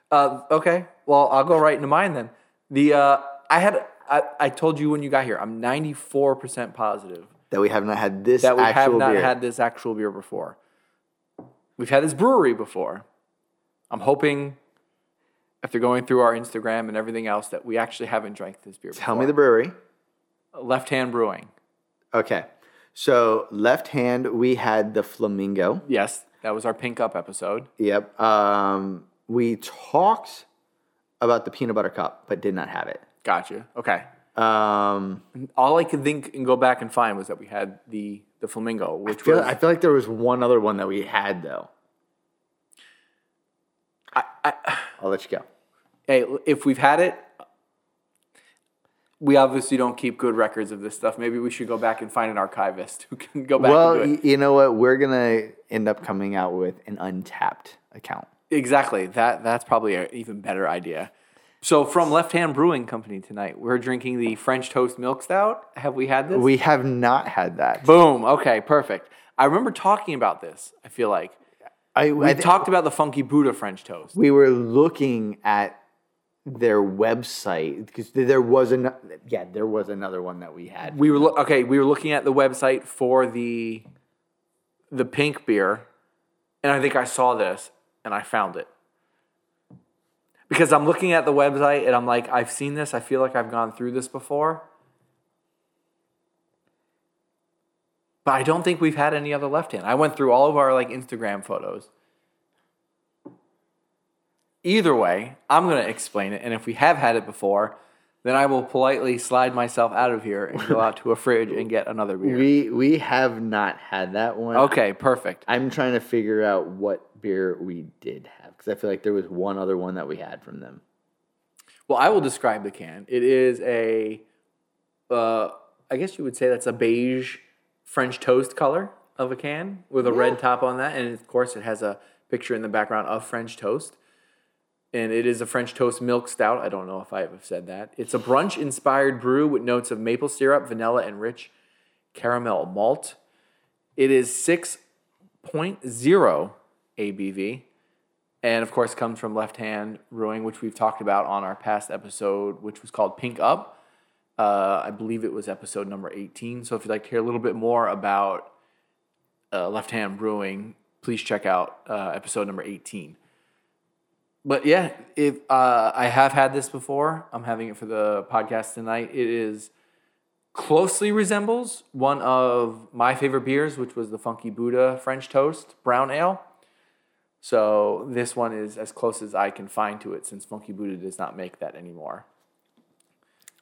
Speaker 3: Uh, okay, well, I'll go right into mine then. The uh, I had I, I told you when you got here, I'm 94 percent positive
Speaker 1: that we have not had this
Speaker 3: that we have
Speaker 1: actual
Speaker 3: not
Speaker 1: beer.
Speaker 3: had this actual beer before. We've had this brewery before. I'm hoping after going through our Instagram and everything else that we actually haven't drank this beer.
Speaker 1: Tell me the brewery.
Speaker 3: Left Hand Brewing.
Speaker 1: Okay. So left hand, we had the Flamingo.
Speaker 3: Yes, that was our Pink Up episode.
Speaker 1: Yep. Um, we talked about the peanut butter cup, but did not have it.
Speaker 3: Gotcha. Okay.
Speaker 1: Um,
Speaker 3: All I could think and go back and find was that we had the the flamingo, which
Speaker 1: I feel,
Speaker 3: was
Speaker 1: I feel like there was one other one that we had though.
Speaker 3: I, I,
Speaker 1: I'll let you go.
Speaker 3: hey, if we've had it, we obviously don't keep good records of this stuff. Maybe we should go back and find an archivist who can go back
Speaker 1: Well,
Speaker 3: and do it.
Speaker 1: y- you know what? We're gonna end up coming out with an untapped account.
Speaker 3: Exactly. That that's probably an even better idea. So from Left Hand Brewing Company tonight, we're drinking the French toast milk stout. Have we had this?
Speaker 1: We have not had that.
Speaker 3: Boom. Okay, perfect. I remember talking about this. I feel like
Speaker 1: I,
Speaker 3: we
Speaker 1: I thi-
Speaker 3: talked about the Funky Buddha French toast.
Speaker 1: we were looking at their website because there was an yeah there was another one that we had.
Speaker 3: We were lo- okay. We were looking at the website for the the pink beer, and I think I saw this and I found it because I'm looking at the website and I'm like, I've seen this. I feel like I've gone through this before, but I don't think we've had any other left hand. I went through all of our like Instagram photos. Either way, I'm going to explain it. And if we have had it before, then I will politely slide myself out of here and go out to a fridge and get another beer.
Speaker 1: We we have not had that one.
Speaker 3: Okay, perfect.
Speaker 1: I'm trying to figure out what beer we did have because I feel like there was one other one that we had from them.
Speaker 3: Well, I will describe the can. It is a, uh, I guess you would say that's a beige French toast color of a can with a red top on that, and of course it has a picture in the background of French toast. And it is a French toast milk stout. I don't know if I have said that. It's a brunch inspired brew with notes of maple syrup, vanilla, and rich caramel malt. It is 6.0 ABV and of course comes from left hand brewing which we've talked about on our past episode which was called pink up uh, i believe it was episode number 18 so if you'd like to hear a little bit more about uh, left hand brewing please check out uh, episode number 18 but yeah if uh, i have had this before i'm having it for the podcast tonight it is closely resembles one of my favorite beers which was the funky buddha french toast brown ale so this one is as close as I can find to it since Funky Buddha does not make that anymore.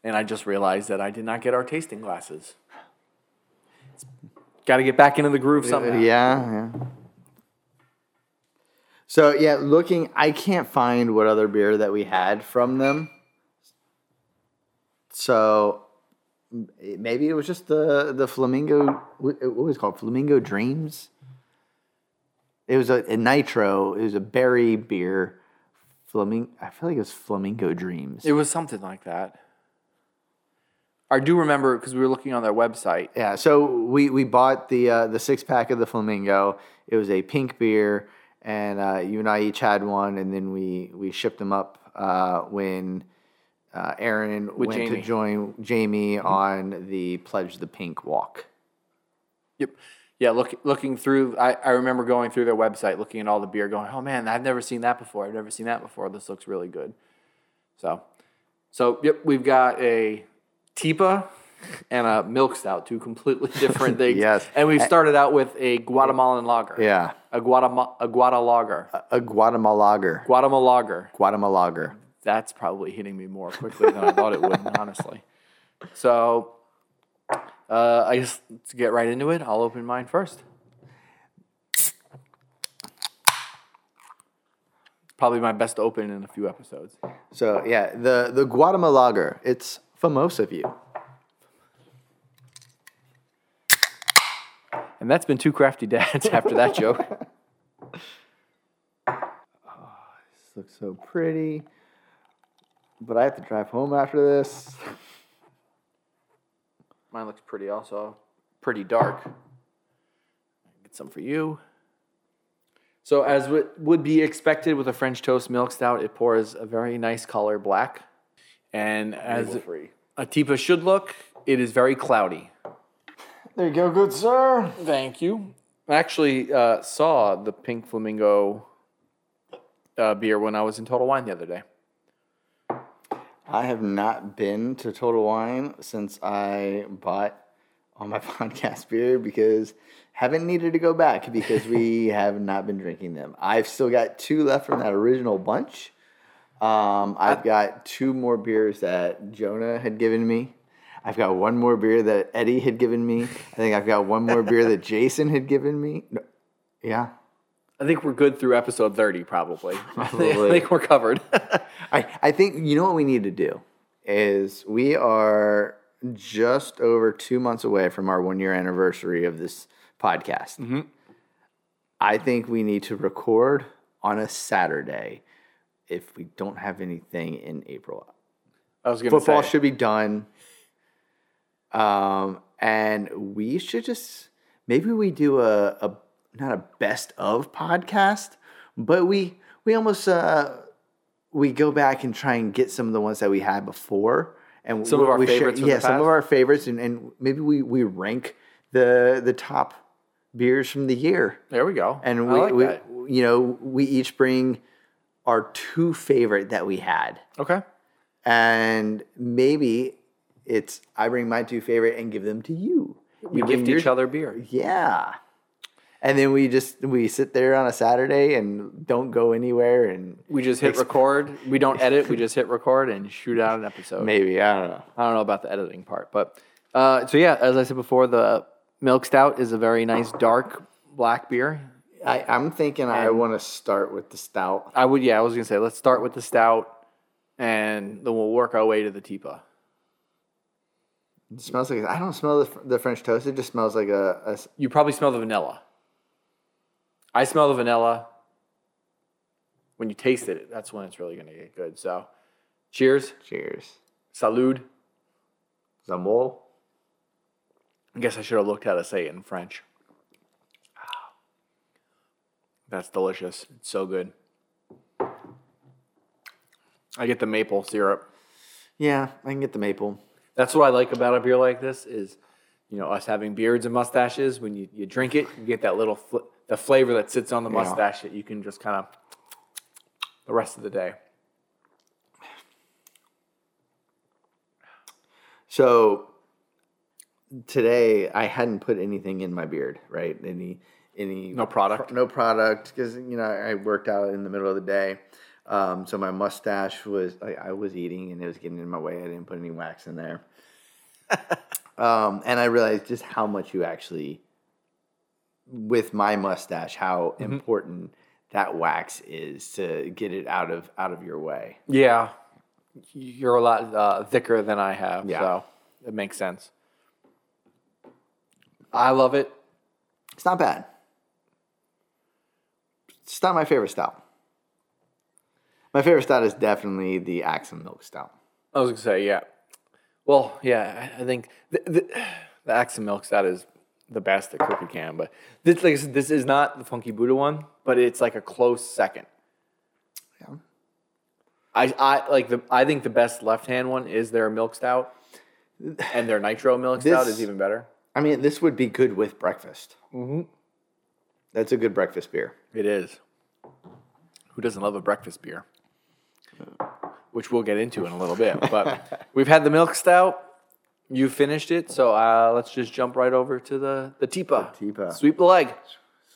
Speaker 3: And I just realized that I did not get our tasting glasses. Got to get back into the groove somehow.
Speaker 1: Yeah, yeah. So yeah, looking, I can't find what other beer that we had from them. So m- maybe it was just the the flamingo. What what was it called flamingo dreams? It was a, a nitro. It was a berry beer. Flamingo. I feel like it was flamingo dreams.
Speaker 3: It was something like that. I do remember because we were looking on their website.
Speaker 1: Yeah, so we we bought the uh, the six pack of the flamingo. It was a pink beer, and uh, you and I each had one, and then we we shipped them up uh, when uh, Aaron went
Speaker 3: Jamie.
Speaker 1: to join Jamie on the pledge the pink walk.
Speaker 3: Yep. Yeah, look, looking through, I, I remember going through their website, looking at all the beer, going, oh man, I've never seen that before. I've never seen that before. This looks really good. So, so yep, we've got a Tipa and a milk stout, two completely different things.
Speaker 1: Yes.
Speaker 3: And we've started out with a Guatemalan lager.
Speaker 1: Yeah,
Speaker 3: A Guatema a Guata lager.
Speaker 1: a Guatemala lager.
Speaker 3: Guatemala lager.
Speaker 1: Guatemala lager.
Speaker 3: That's probably hitting me more quickly than I thought it would, honestly. So, uh, I guess to get right into it, I'll open mine first. Probably my best open in a few episodes.
Speaker 1: So yeah, the the Guatemala lager. It's famous of you.
Speaker 3: And that's been two crafty dads after that joke.
Speaker 1: Oh, This looks so pretty, but I have to drive home after this.
Speaker 3: Mine looks pretty also. Pretty dark. Get some for you. So, as w- would be expected with a French toast milk stout, it pours a very nice color black. And as a tipa should look, it is very cloudy.
Speaker 1: There you go, good sir.
Speaker 3: Thank you. I actually uh, saw the Pink Flamingo uh, beer when I was in Total Wine the other day.
Speaker 1: I have not been to Total Wine since I bought on my podcast beer because haven't needed to go back because we have not been drinking them. I've still got two left from that original bunch. Um, I've got two more beers that Jonah had given me. I've got one more beer that Eddie had given me. I think I've got one more beer that Jason had given me. No, yeah.
Speaker 3: I think we're good through episode 30, probably. I
Speaker 1: Probably.
Speaker 3: think we're covered.
Speaker 1: I, I think you know what we need to do is we are just over two months away from our one year anniversary of this podcast. I think we need to record on a Saturday if we don't have anything in April.
Speaker 3: I was going to say.
Speaker 1: Football should be done. Um, and we should just maybe we do a, a not a best of podcast, but we we almost uh we go back and try and get some of the ones that we had before and
Speaker 3: Some of
Speaker 1: we-
Speaker 3: our
Speaker 1: we share-
Speaker 3: favorites from the
Speaker 1: yeah, some
Speaker 3: past?
Speaker 1: of our favorites and, and maybe we we rank the the top beers from the year.
Speaker 3: There we go.
Speaker 1: And
Speaker 3: I
Speaker 1: we,
Speaker 3: like
Speaker 1: we
Speaker 3: that.
Speaker 1: you know, we each bring our two favorite that we had
Speaker 3: Okay.
Speaker 1: and maybe it's I bring my two favorite and give them to you.
Speaker 3: We
Speaker 1: You
Speaker 3: gift
Speaker 1: bring
Speaker 3: each
Speaker 1: your-
Speaker 3: other beer.
Speaker 1: Yeah. And then we just we sit there on a Saturday and don't go anywhere and
Speaker 3: We just hit record. We don't edit. We just hit record and shoot out an episode.
Speaker 1: maybe I don't know.
Speaker 3: I don't know about the editing part, but uh, so yeah, as I said before, the milk stout is a very nice dark black beer.
Speaker 1: I, I'm thinking I want to start with the stout.
Speaker 3: I would, yeah, I was gonna say let's start with the stout, and then we'll work our way to the tipa.
Speaker 1: It smells like I don't smell the, fr- the French toast. It just smells like a, a s-
Speaker 3: You probably smell the vanilla. I smell the vanilla. When you taste it, that's when it's really gonna get good. So, cheers,
Speaker 1: cheers.
Speaker 3: salud.
Speaker 1: Zambol.
Speaker 3: I guess I should have looked how to say it in French. That's delicious. It's so good. I get the maple syrup.
Speaker 1: Yeah, I can get the maple.
Speaker 3: That's what I like about a beer like this is, you know, us having beards and mustaches. When you, you drink it, you get that little fl- the flavor that sits on the mustache that you can just kind of the rest of the day.
Speaker 1: So today I hadn't put anything in my beard, right? Any any
Speaker 3: No product.
Speaker 1: no product because you know I worked out in the middle of the day. Um, so my mustache was I, I was eating and it was getting in my way. I didn't put any wax in there. um, and I realized just how much you actually with my mustache how
Speaker 3: Mm-hmm.
Speaker 1: important that wax is to get it out of out of your way.
Speaker 3: Yeah, you're a lot uh, thicker than I have,
Speaker 1: Yeah.
Speaker 3: so it makes sense. I love it.
Speaker 1: It's not bad. It's not my favorite stout. My favorite stout is definitely the Axum Milk Stout.
Speaker 3: I was gonna say, yeah. Well, yeah, I I think the, the, the Axe and Milk Stout is the best that Cookie can, but this, like I said, this is not the Funky Buddha one, but it's like a close second.
Speaker 1: Yeah.
Speaker 3: I, I like the I think the best left hand one is their Milk Stout, and their Nitro Milk Stout
Speaker 1: This-
Speaker 3: is even better.
Speaker 1: I mean, this would be good with breakfast. Mm-hmm. That's a good breakfast beer.
Speaker 3: It is. Who doesn't love a breakfast beer? Which we'll get into in a little bit. But we've had the milk stout. You finished it, so uh, let's just jump right over to the the tipa.
Speaker 1: The tipa.
Speaker 3: Sweep the leg.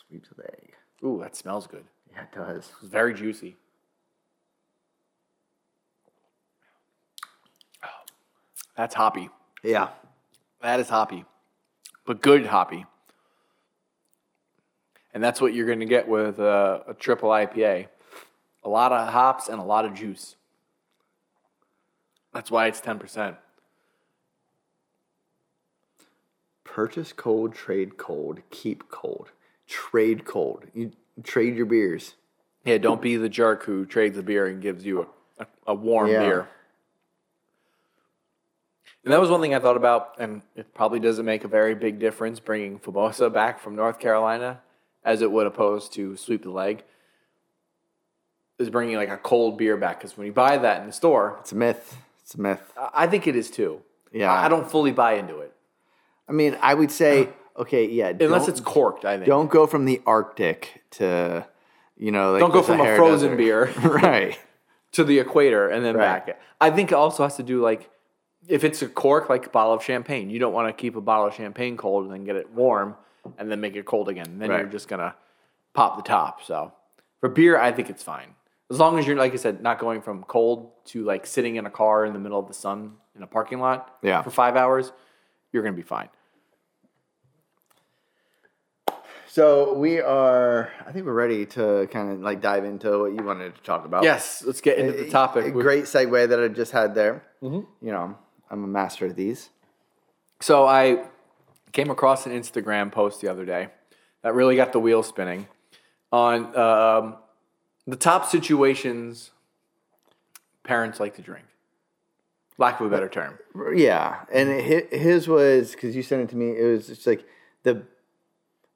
Speaker 1: Sweet to the egg.
Speaker 3: Ooh, that smells good.
Speaker 1: Yeah, it does.
Speaker 3: It's very juicy. That's hoppy.
Speaker 1: Yeah.
Speaker 3: That is hoppy, but good hoppy. And that's what you're going to get with uh, a triple IPA. A lot of hops and a lot of juice. That's why it's 10%.
Speaker 1: Purchase cold, trade cold, keep cold, trade cold. You trade your beers.
Speaker 3: Yeah, don't be the jerk who trades a beer and gives you a, a, a warm
Speaker 1: Yeah.
Speaker 3: beer. And that was one thing I thought about, and it probably doesn't make a very big difference bringing Famosa back from North Carolina as it would opposed to Sweep the Leg, is bringing like a cold beer back. Because when you buy that in the store,
Speaker 1: It's a myth. It's a myth.
Speaker 3: I I think it is too.
Speaker 1: Yeah.
Speaker 3: I I don't fully buy into it.
Speaker 1: I mean, I would say, okay, yeah.
Speaker 3: Unless
Speaker 1: don't-
Speaker 3: it's corked, I think. Don't,
Speaker 1: don't go from the Arctic to, you know, like
Speaker 3: go
Speaker 1: the
Speaker 3: from a
Speaker 1: Sahara
Speaker 3: frozen
Speaker 1: Desert.
Speaker 3: beer.
Speaker 1: right.
Speaker 3: to the equator and then
Speaker 1: Right.
Speaker 3: back. I think it also has to do like if it's a cork, like a bottle of champagne, you don't want to keep a bottle of champagne cold and then get it warm and then make it cold again. Then
Speaker 1: Right.
Speaker 3: you're just gonna pop the top. So for beer, I think it's fine. As long as you're, like I said, not going from cold to like sitting in a car in the middle of the sun in a parking lot
Speaker 1: Yeah.
Speaker 3: for five hours, you're going to be fine.
Speaker 1: So we are. I think we're ready to kind of like dive into what you wanted to talk about.
Speaker 3: Yes, let's get into the topic. Mm-hmm.
Speaker 1: A
Speaker 3: We're-
Speaker 1: Eh, great segue that I just had there. You know, I'm a master of these.
Speaker 3: So I came across an Instagram post the other day that really got the wheel spinning on um, the top situations parents like to drink. Lack of a better term.
Speaker 1: Yeah, and it, hi- his was because you sent it to me. It was just like the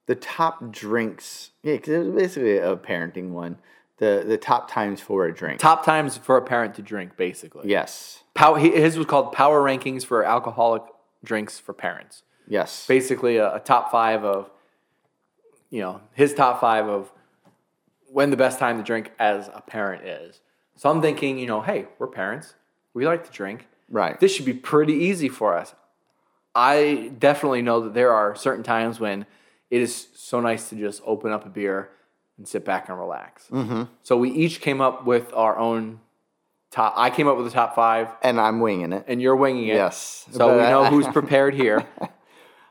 Speaker 1: the top drinks. Yeah, because it was basically a parenting one. The the top times for a drink.
Speaker 3: Top times for a parent to drink, basically.
Speaker 1: Yes.
Speaker 3: Pow- hi- his was called Power Rankings for Alcoholic Drinks for Parents.
Speaker 1: Yes.
Speaker 3: Basically, a, a top five of, you know, his top five of when the best time to drink as a parent is. So I'm thinking, you know, hey, we're parents. We like to drink.
Speaker 1: right.
Speaker 3: this should be pretty easy for us. I definitely know that there are certain times when it is so nice to just open up a beer and sit back and relax. So we each came up with our own top. I came up with the top five,
Speaker 1: and I'm winging it.
Speaker 3: and you're winging it.
Speaker 1: Yes.
Speaker 3: So
Speaker 1: But
Speaker 3: we
Speaker 1: I-
Speaker 3: know who's prepared here.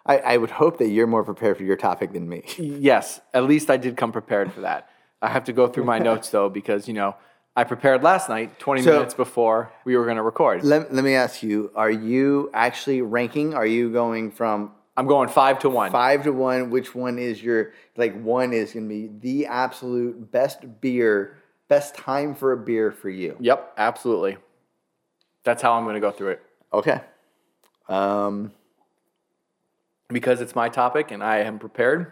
Speaker 1: I, I would hope that you're more prepared for your topic than me.
Speaker 3: yes. At least I did come prepared for that. I have to go through my notes though because you know I prepared last night, 20
Speaker 1: So-
Speaker 3: minutes before we were going to record.
Speaker 1: Let, let me ask you: Are you actually ranking? Are you going from
Speaker 3: I'm going five to one.
Speaker 1: five to one? Which one is your like? One is going to be the absolute best beer, best time for a beer for you.
Speaker 3: Yep. Absolutely. That's how I'm going to go through it.
Speaker 1: Okay. Um,
Speaker 3: because it's my topic and I am prepared,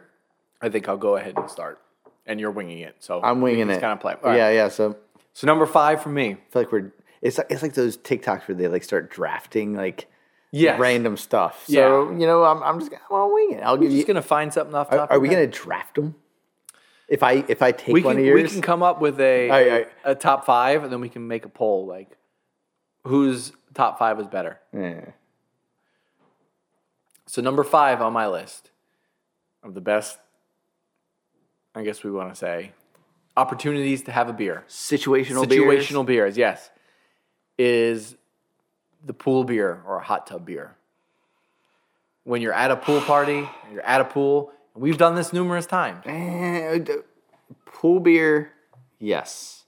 Speaker 3: I think I'll go ahead and start. And you're winging it, so
Speaker 1: I'm winging it.
Speaker 3: Kind of play. All right.
Speaker 1: Yeah, yeah. So
Speaker 3: So number five for me.
Speaker 1: I feel like we're it's like, it's like those TikToks where they like start drafting like
Speaker 3: Yes.
Speaker 1: random stuff. So
Speaker 3: Yeah.
Speaker 1: you know, I'm, I'm just gonna I'll wing it. I'll give
Speaker 3: We're
Speaker 1: you.
Speaker 3: just gonna find something off
Speaker 1: Are,
Speaker 3: top.
Speaker 1: are
Speaker 3: of
Speaker 1: we
Speaker 3: my
Speaker 1: gonna
Speaker 3: head.
Speaker 1: draft them? If I if I take
Speaker 3: We
Speaker 1: one
Speaker 3: can
Speaker 1: of yours,
Speaker 3: we can come up with a
Speaker 1: All right, all right.
Speaker 3: a top five, and then we can make a poll like whose top five is better.
Speaker 1: Yeah.
Speaker 3: So number five on my list of the best, I guess we want to say, opportunities to have a beer.
Speaker 1: situational beers.
Speaker 3: situational beers, yes, is the pool beer or a hot tub beer. When you're at a pool party, you're at a pool. and We've done this numerous times.
Speaker 1: Eh, d- pool beer, yes.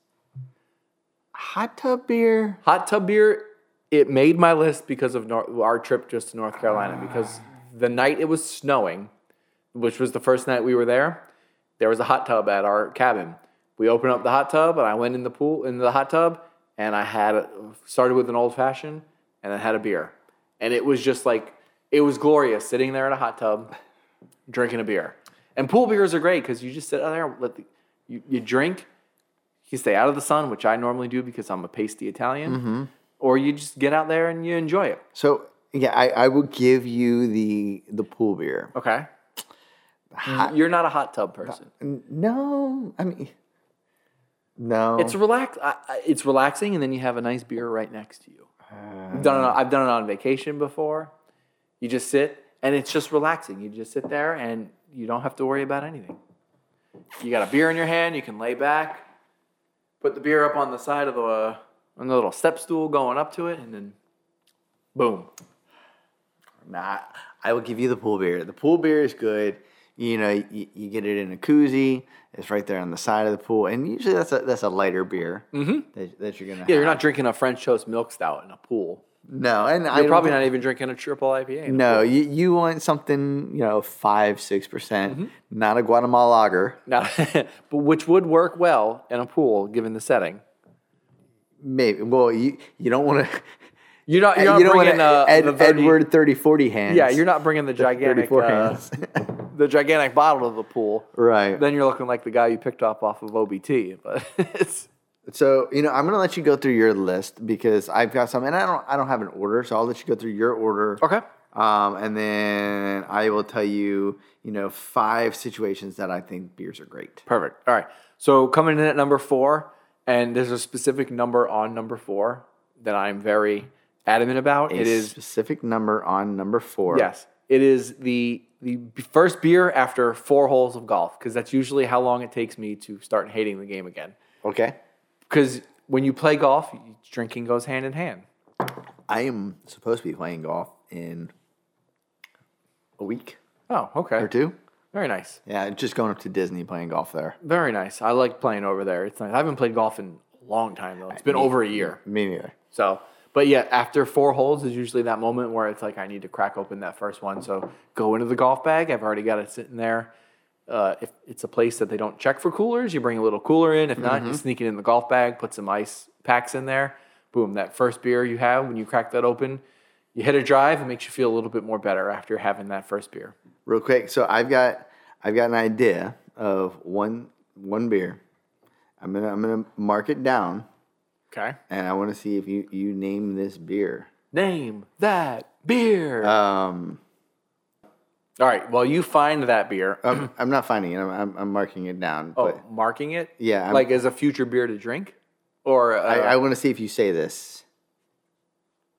Speaker 1: Hot tub beer,
Speaker 3: Hot tub beer, it made my list because of nor- our trip just to North Carolina. Because the night it was snowing, which was the first night we were there, there was a hot tub at our cabin. We opened up the hot tub, and I went in the pool into the hot tub, and I had a, started with an old fashioned, and then had a beer, and it was just like it was glorious sitting there in a hot tub, drinking a beer. And pool beers are great because you just sit out there, let the, you, you drink, you stay out of the sun, which I normally do because I'm a pasty Italian, or you just get out there and you enjoy it.
Speaker 1: So yeah, I, I will give you the the pool beer.
Speaker 3: Okay. Mm-hmm. You're not a hot tub person.
Speaker 1: N- No, I mean, no.
Speaker 3: It's relax. I, I, it's relaxing, and then you have a nice beer right next to you. I've done it. on- I've done it on vacation before. You just sit, and it's just relaxing. You just sit there, and you don't have to worry about anything. You got a beer in your hand. You can lay back, put the beer up on the side of the uh, on the little step stool, going up to it, and then boom.
Speaker 1: nah. I will give you the pool beer. The pool beer is good. You know, you, you get it in a koozie. It's right there on the side of the pool, and usually that's a that's a lighter beer that, that you're gonna.
Speaker 3: Mm-hmm. Yeah, you're not drinking a French toast milk stout in a pool.
Speaker 1: No, and I
Speaker 3: You're
Speaker 1: don't
Speaker 3: probably
Speaker 1: think-
Speaker 3: not even drinking a triple IPA. in a
Speaker 1: No, you, you want something you know five six
Speaker 3: Mm-hmm.
Speaker 1: percent, not a Guatemala lager.
Speaker 3: Now, but which would work well in a pool given the setting.
Speaker 1: Maybe. Well, you you don't want to.
Speaker 3: You're not. You're
Speaker 1: You
Speaker 3: not
Speaker 1: don't want
Speaker 3: bringing
Speaker 1: to
Speaker 3: uh,
Speaker 1: Ed,
Speaker 3: the 30
Speaker 1: Edward thirty forty hands.
Speaker 3: Yeah, you're not bringing the gigantic
Speaker 1: 34
Speaker 3: uh,
Speaker 1: hands.
Speaker 3: the gigantic bottle to the pool.
Speaker 1: right.
Speaker 3: Then you're looking like the guy you picked up off of OBT. But it's,
Speaker 1: So you know, I'm gonna let you go through your list because I've got some, and I don't, I don't have an order, so I'll let you go through your order.
Speaker 3: okay.
Speaker 1: Um, and then I will tell you, you know, five situations that I think beers are great.
Speaker 3: Perfect. All right. So coming in at number four, and there's a specific number on number four that I'm very adamant about. it is
Speaker 1: specific number on number four.
Speaker 3: Yes, it is the the b- first beer after four holes of golf because that's usually how long it takes me to start hating the game again.
Speaker 1: Okay.
Speaker 3: Because when you play golf, drinking goes hand in hand.
Speaker 1: I am supposed to be playing golf in a week
Speaker 3: Oh, okay.
Speaker 1: or two.
Speaker 3: Very nice.
Speaker 1: Yeah, just going up to Disney playing golf there.
Speaker 3: Very nice. I like playing over there. It's nice. I haven't played golf in a long time though. It's been over a year.
Speaker 1: Me neither.
Speaker 3: So, but yeah, after four holes is usually that moment where it's like I need to crack open that first one. So go into the golf bag. I've already got it sitting there. Uh, if it's a place that they don't check for coolers, you bring a little cooler in. If not,
Speaker 1: Mm-hmm.
Speaker 3: you sneak it in the golf bag, put some ice packs in there. Boom, that first beer you have when you crack that open, you hit a drive. It makes you feel a little bit more better after having that first beer.
Speaker 1: Real quick, so I've got I've got an idea of one one beer. I'm gonna I'm gonna mark it down,
Speaker 3: Okay.
Speaker 1: and I want to see if you you name this beer.
Speaker 3: Name that beer.
Speaker 1: Um,
Speaker 3: All right. Well, you find that beer.
Speaker 1: I'm, I'm not finding it. I'm I'm, I'm marking it down.
Speaker 3: oh,
Speaker 1: uh, But
Speaker 3: marking it.
Speaker 1: Yeah, I'm-
Speaker 3: like as a future beer to drink, or uh,
Speaker 1: I, I want to see if you say this.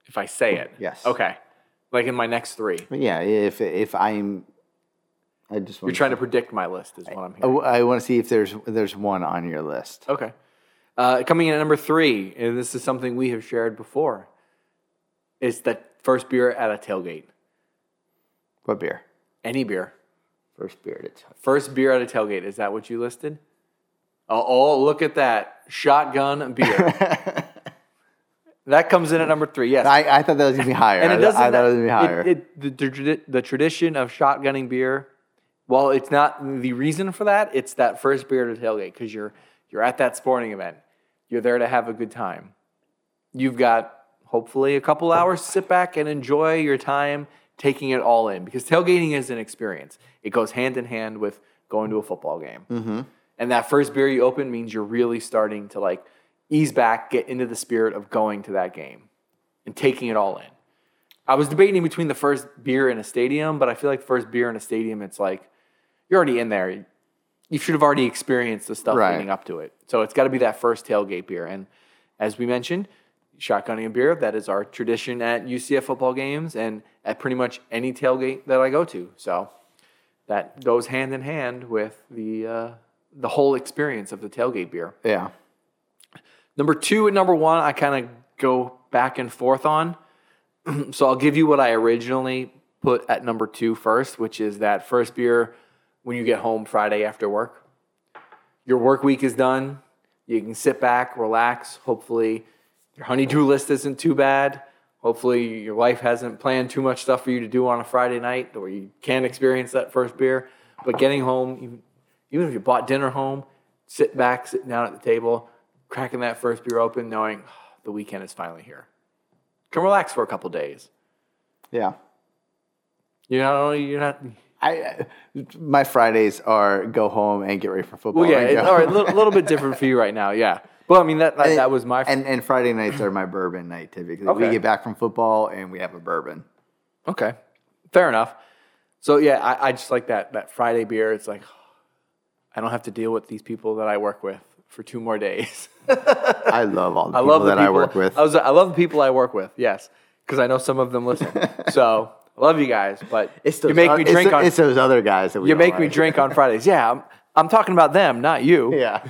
Speaker 3: if I say it.
Speaker 1: Yes.
Speaker 3: Okay. Like in my next three.
Speaker 1: But yeah, if if I'm, I just
Speaker 3: You're
Speaker 1: want
Speaker 3: trying to predict my list, is what I'm hearing.
Speaker 1: I want to see if there's there's one on your list.
Speaker 3: Okay. Uh, coming in at number three, and this is something we have shared before. It's that first beer at a tailgate.
Speaker 1: What beer?
Speaker 3: Any beer.
Speaker 1: First beer to tell.
Speaker 3: First beer at a tailgate. Is that what you listed? Oh, oh look at that. Shotgun beer. that comes in at number three. Yes.
Speaker 1: I, I thought that was gonna be higher.
Speaker 3: and
Speaker 1: I,
Speaker 3: it
Speaker 1: th-
Speaker 3: doesn't.
Speaker 1: I thought it was gonna be higher.
Speaker 3: It, it- the, the tradi- the tradition of shotgunning beer. Well, it's not the reason for that. It's that first beer to tailgate because you're you're at that sporting event. You're there to have a good time. You've got hopefully a couple hours to sit back and enjoy your time, taking it all in because tailgating is an experience. It goes hand in hand with going to a football game.
Speaker 1: Mm-hmm.
Speaker 3: And that first beer you open means you're really starting to like ease back, get into the spirit of going to that game and taking it all in. I was debating between the first beer in a stadium, but I feel like first beer in a stadium, it's like you're already in there. You should have already experienced the stuff
Speaker 1: Right.
Speaker 3: leading up to it. So it's got to be that first tailgate beer. And as we mentioned, shotgunning a beer, that is our tradition at UCF football games and at pretty much any tailgate that I go to. So that goes hand in hand with the, uh, the whole experience of the tailgate beer.
Speaker 1: yeah.
Speaker 3: Number two and number one, I kind of go back and forth on. so I'll give you what I originally put at number two first, which is that first beer when you get home Friday after work. Your work week is done. You can sit back, relax. Hopefully, your honeydew list isn't too bad. Hopefully, your wife hasn't planned too much stuff for you to do on a Friday night or you can't experience that first beer. But getting home, even, even if you bought dinner home, sit back, sitting down at the table, cracking that first beer open, knowing "Ah, the weekend is finally here. Can relax for a couple days.
Speaker 1: Yeah.
Speaker 3: You know, you're not.
Speaker 1: I I- my Fridays are go home and get ready for football.
Speaker 3: Well, yeah,
Speaker 1: and
Speaker 3: it's,
Speaker 1: go.
Speaker 3: all right, a little, little bit different for you right now. Yeah. Well, I mean, that, that, that was my.
Speaker 1: and and Friday nights are my bourbon night typically.
Speaker 3: Okay.
Speaker 1: We get back from football and we have a bourbon.
Speaker 3: Okay, fair enough. So yeah, I, I just like that that Friday beer. It's like I don't have to deal with these people that I work with for two more days.
Speaker 1: I love all the
Speaker 3: I
Speaker 1: people
Speaker 3: love the
Speaker 1: that
Speaker 3: people
Speaker 1: I work with.
Speaker 3: I, was, I love the people I work with. Yes, because I know some of them listen. so love you guys, but
Speaker 1: those
Speaker 3: you make
Speaker 1: oth-
Speaker 3: me
Speaker 1: it's
Speaker 3: drink
Speaker 1: the-
Speaker 3: on
Speaker 1: It's those other guys that we
Speaker 3: you
Speaker 1: don't
Speaker 3: make me
Speaker 1: like.
Speaker 3: drink on Fridays. Yeah, I'm, I'm talking about them, not you.
Speaker 1: Yeah.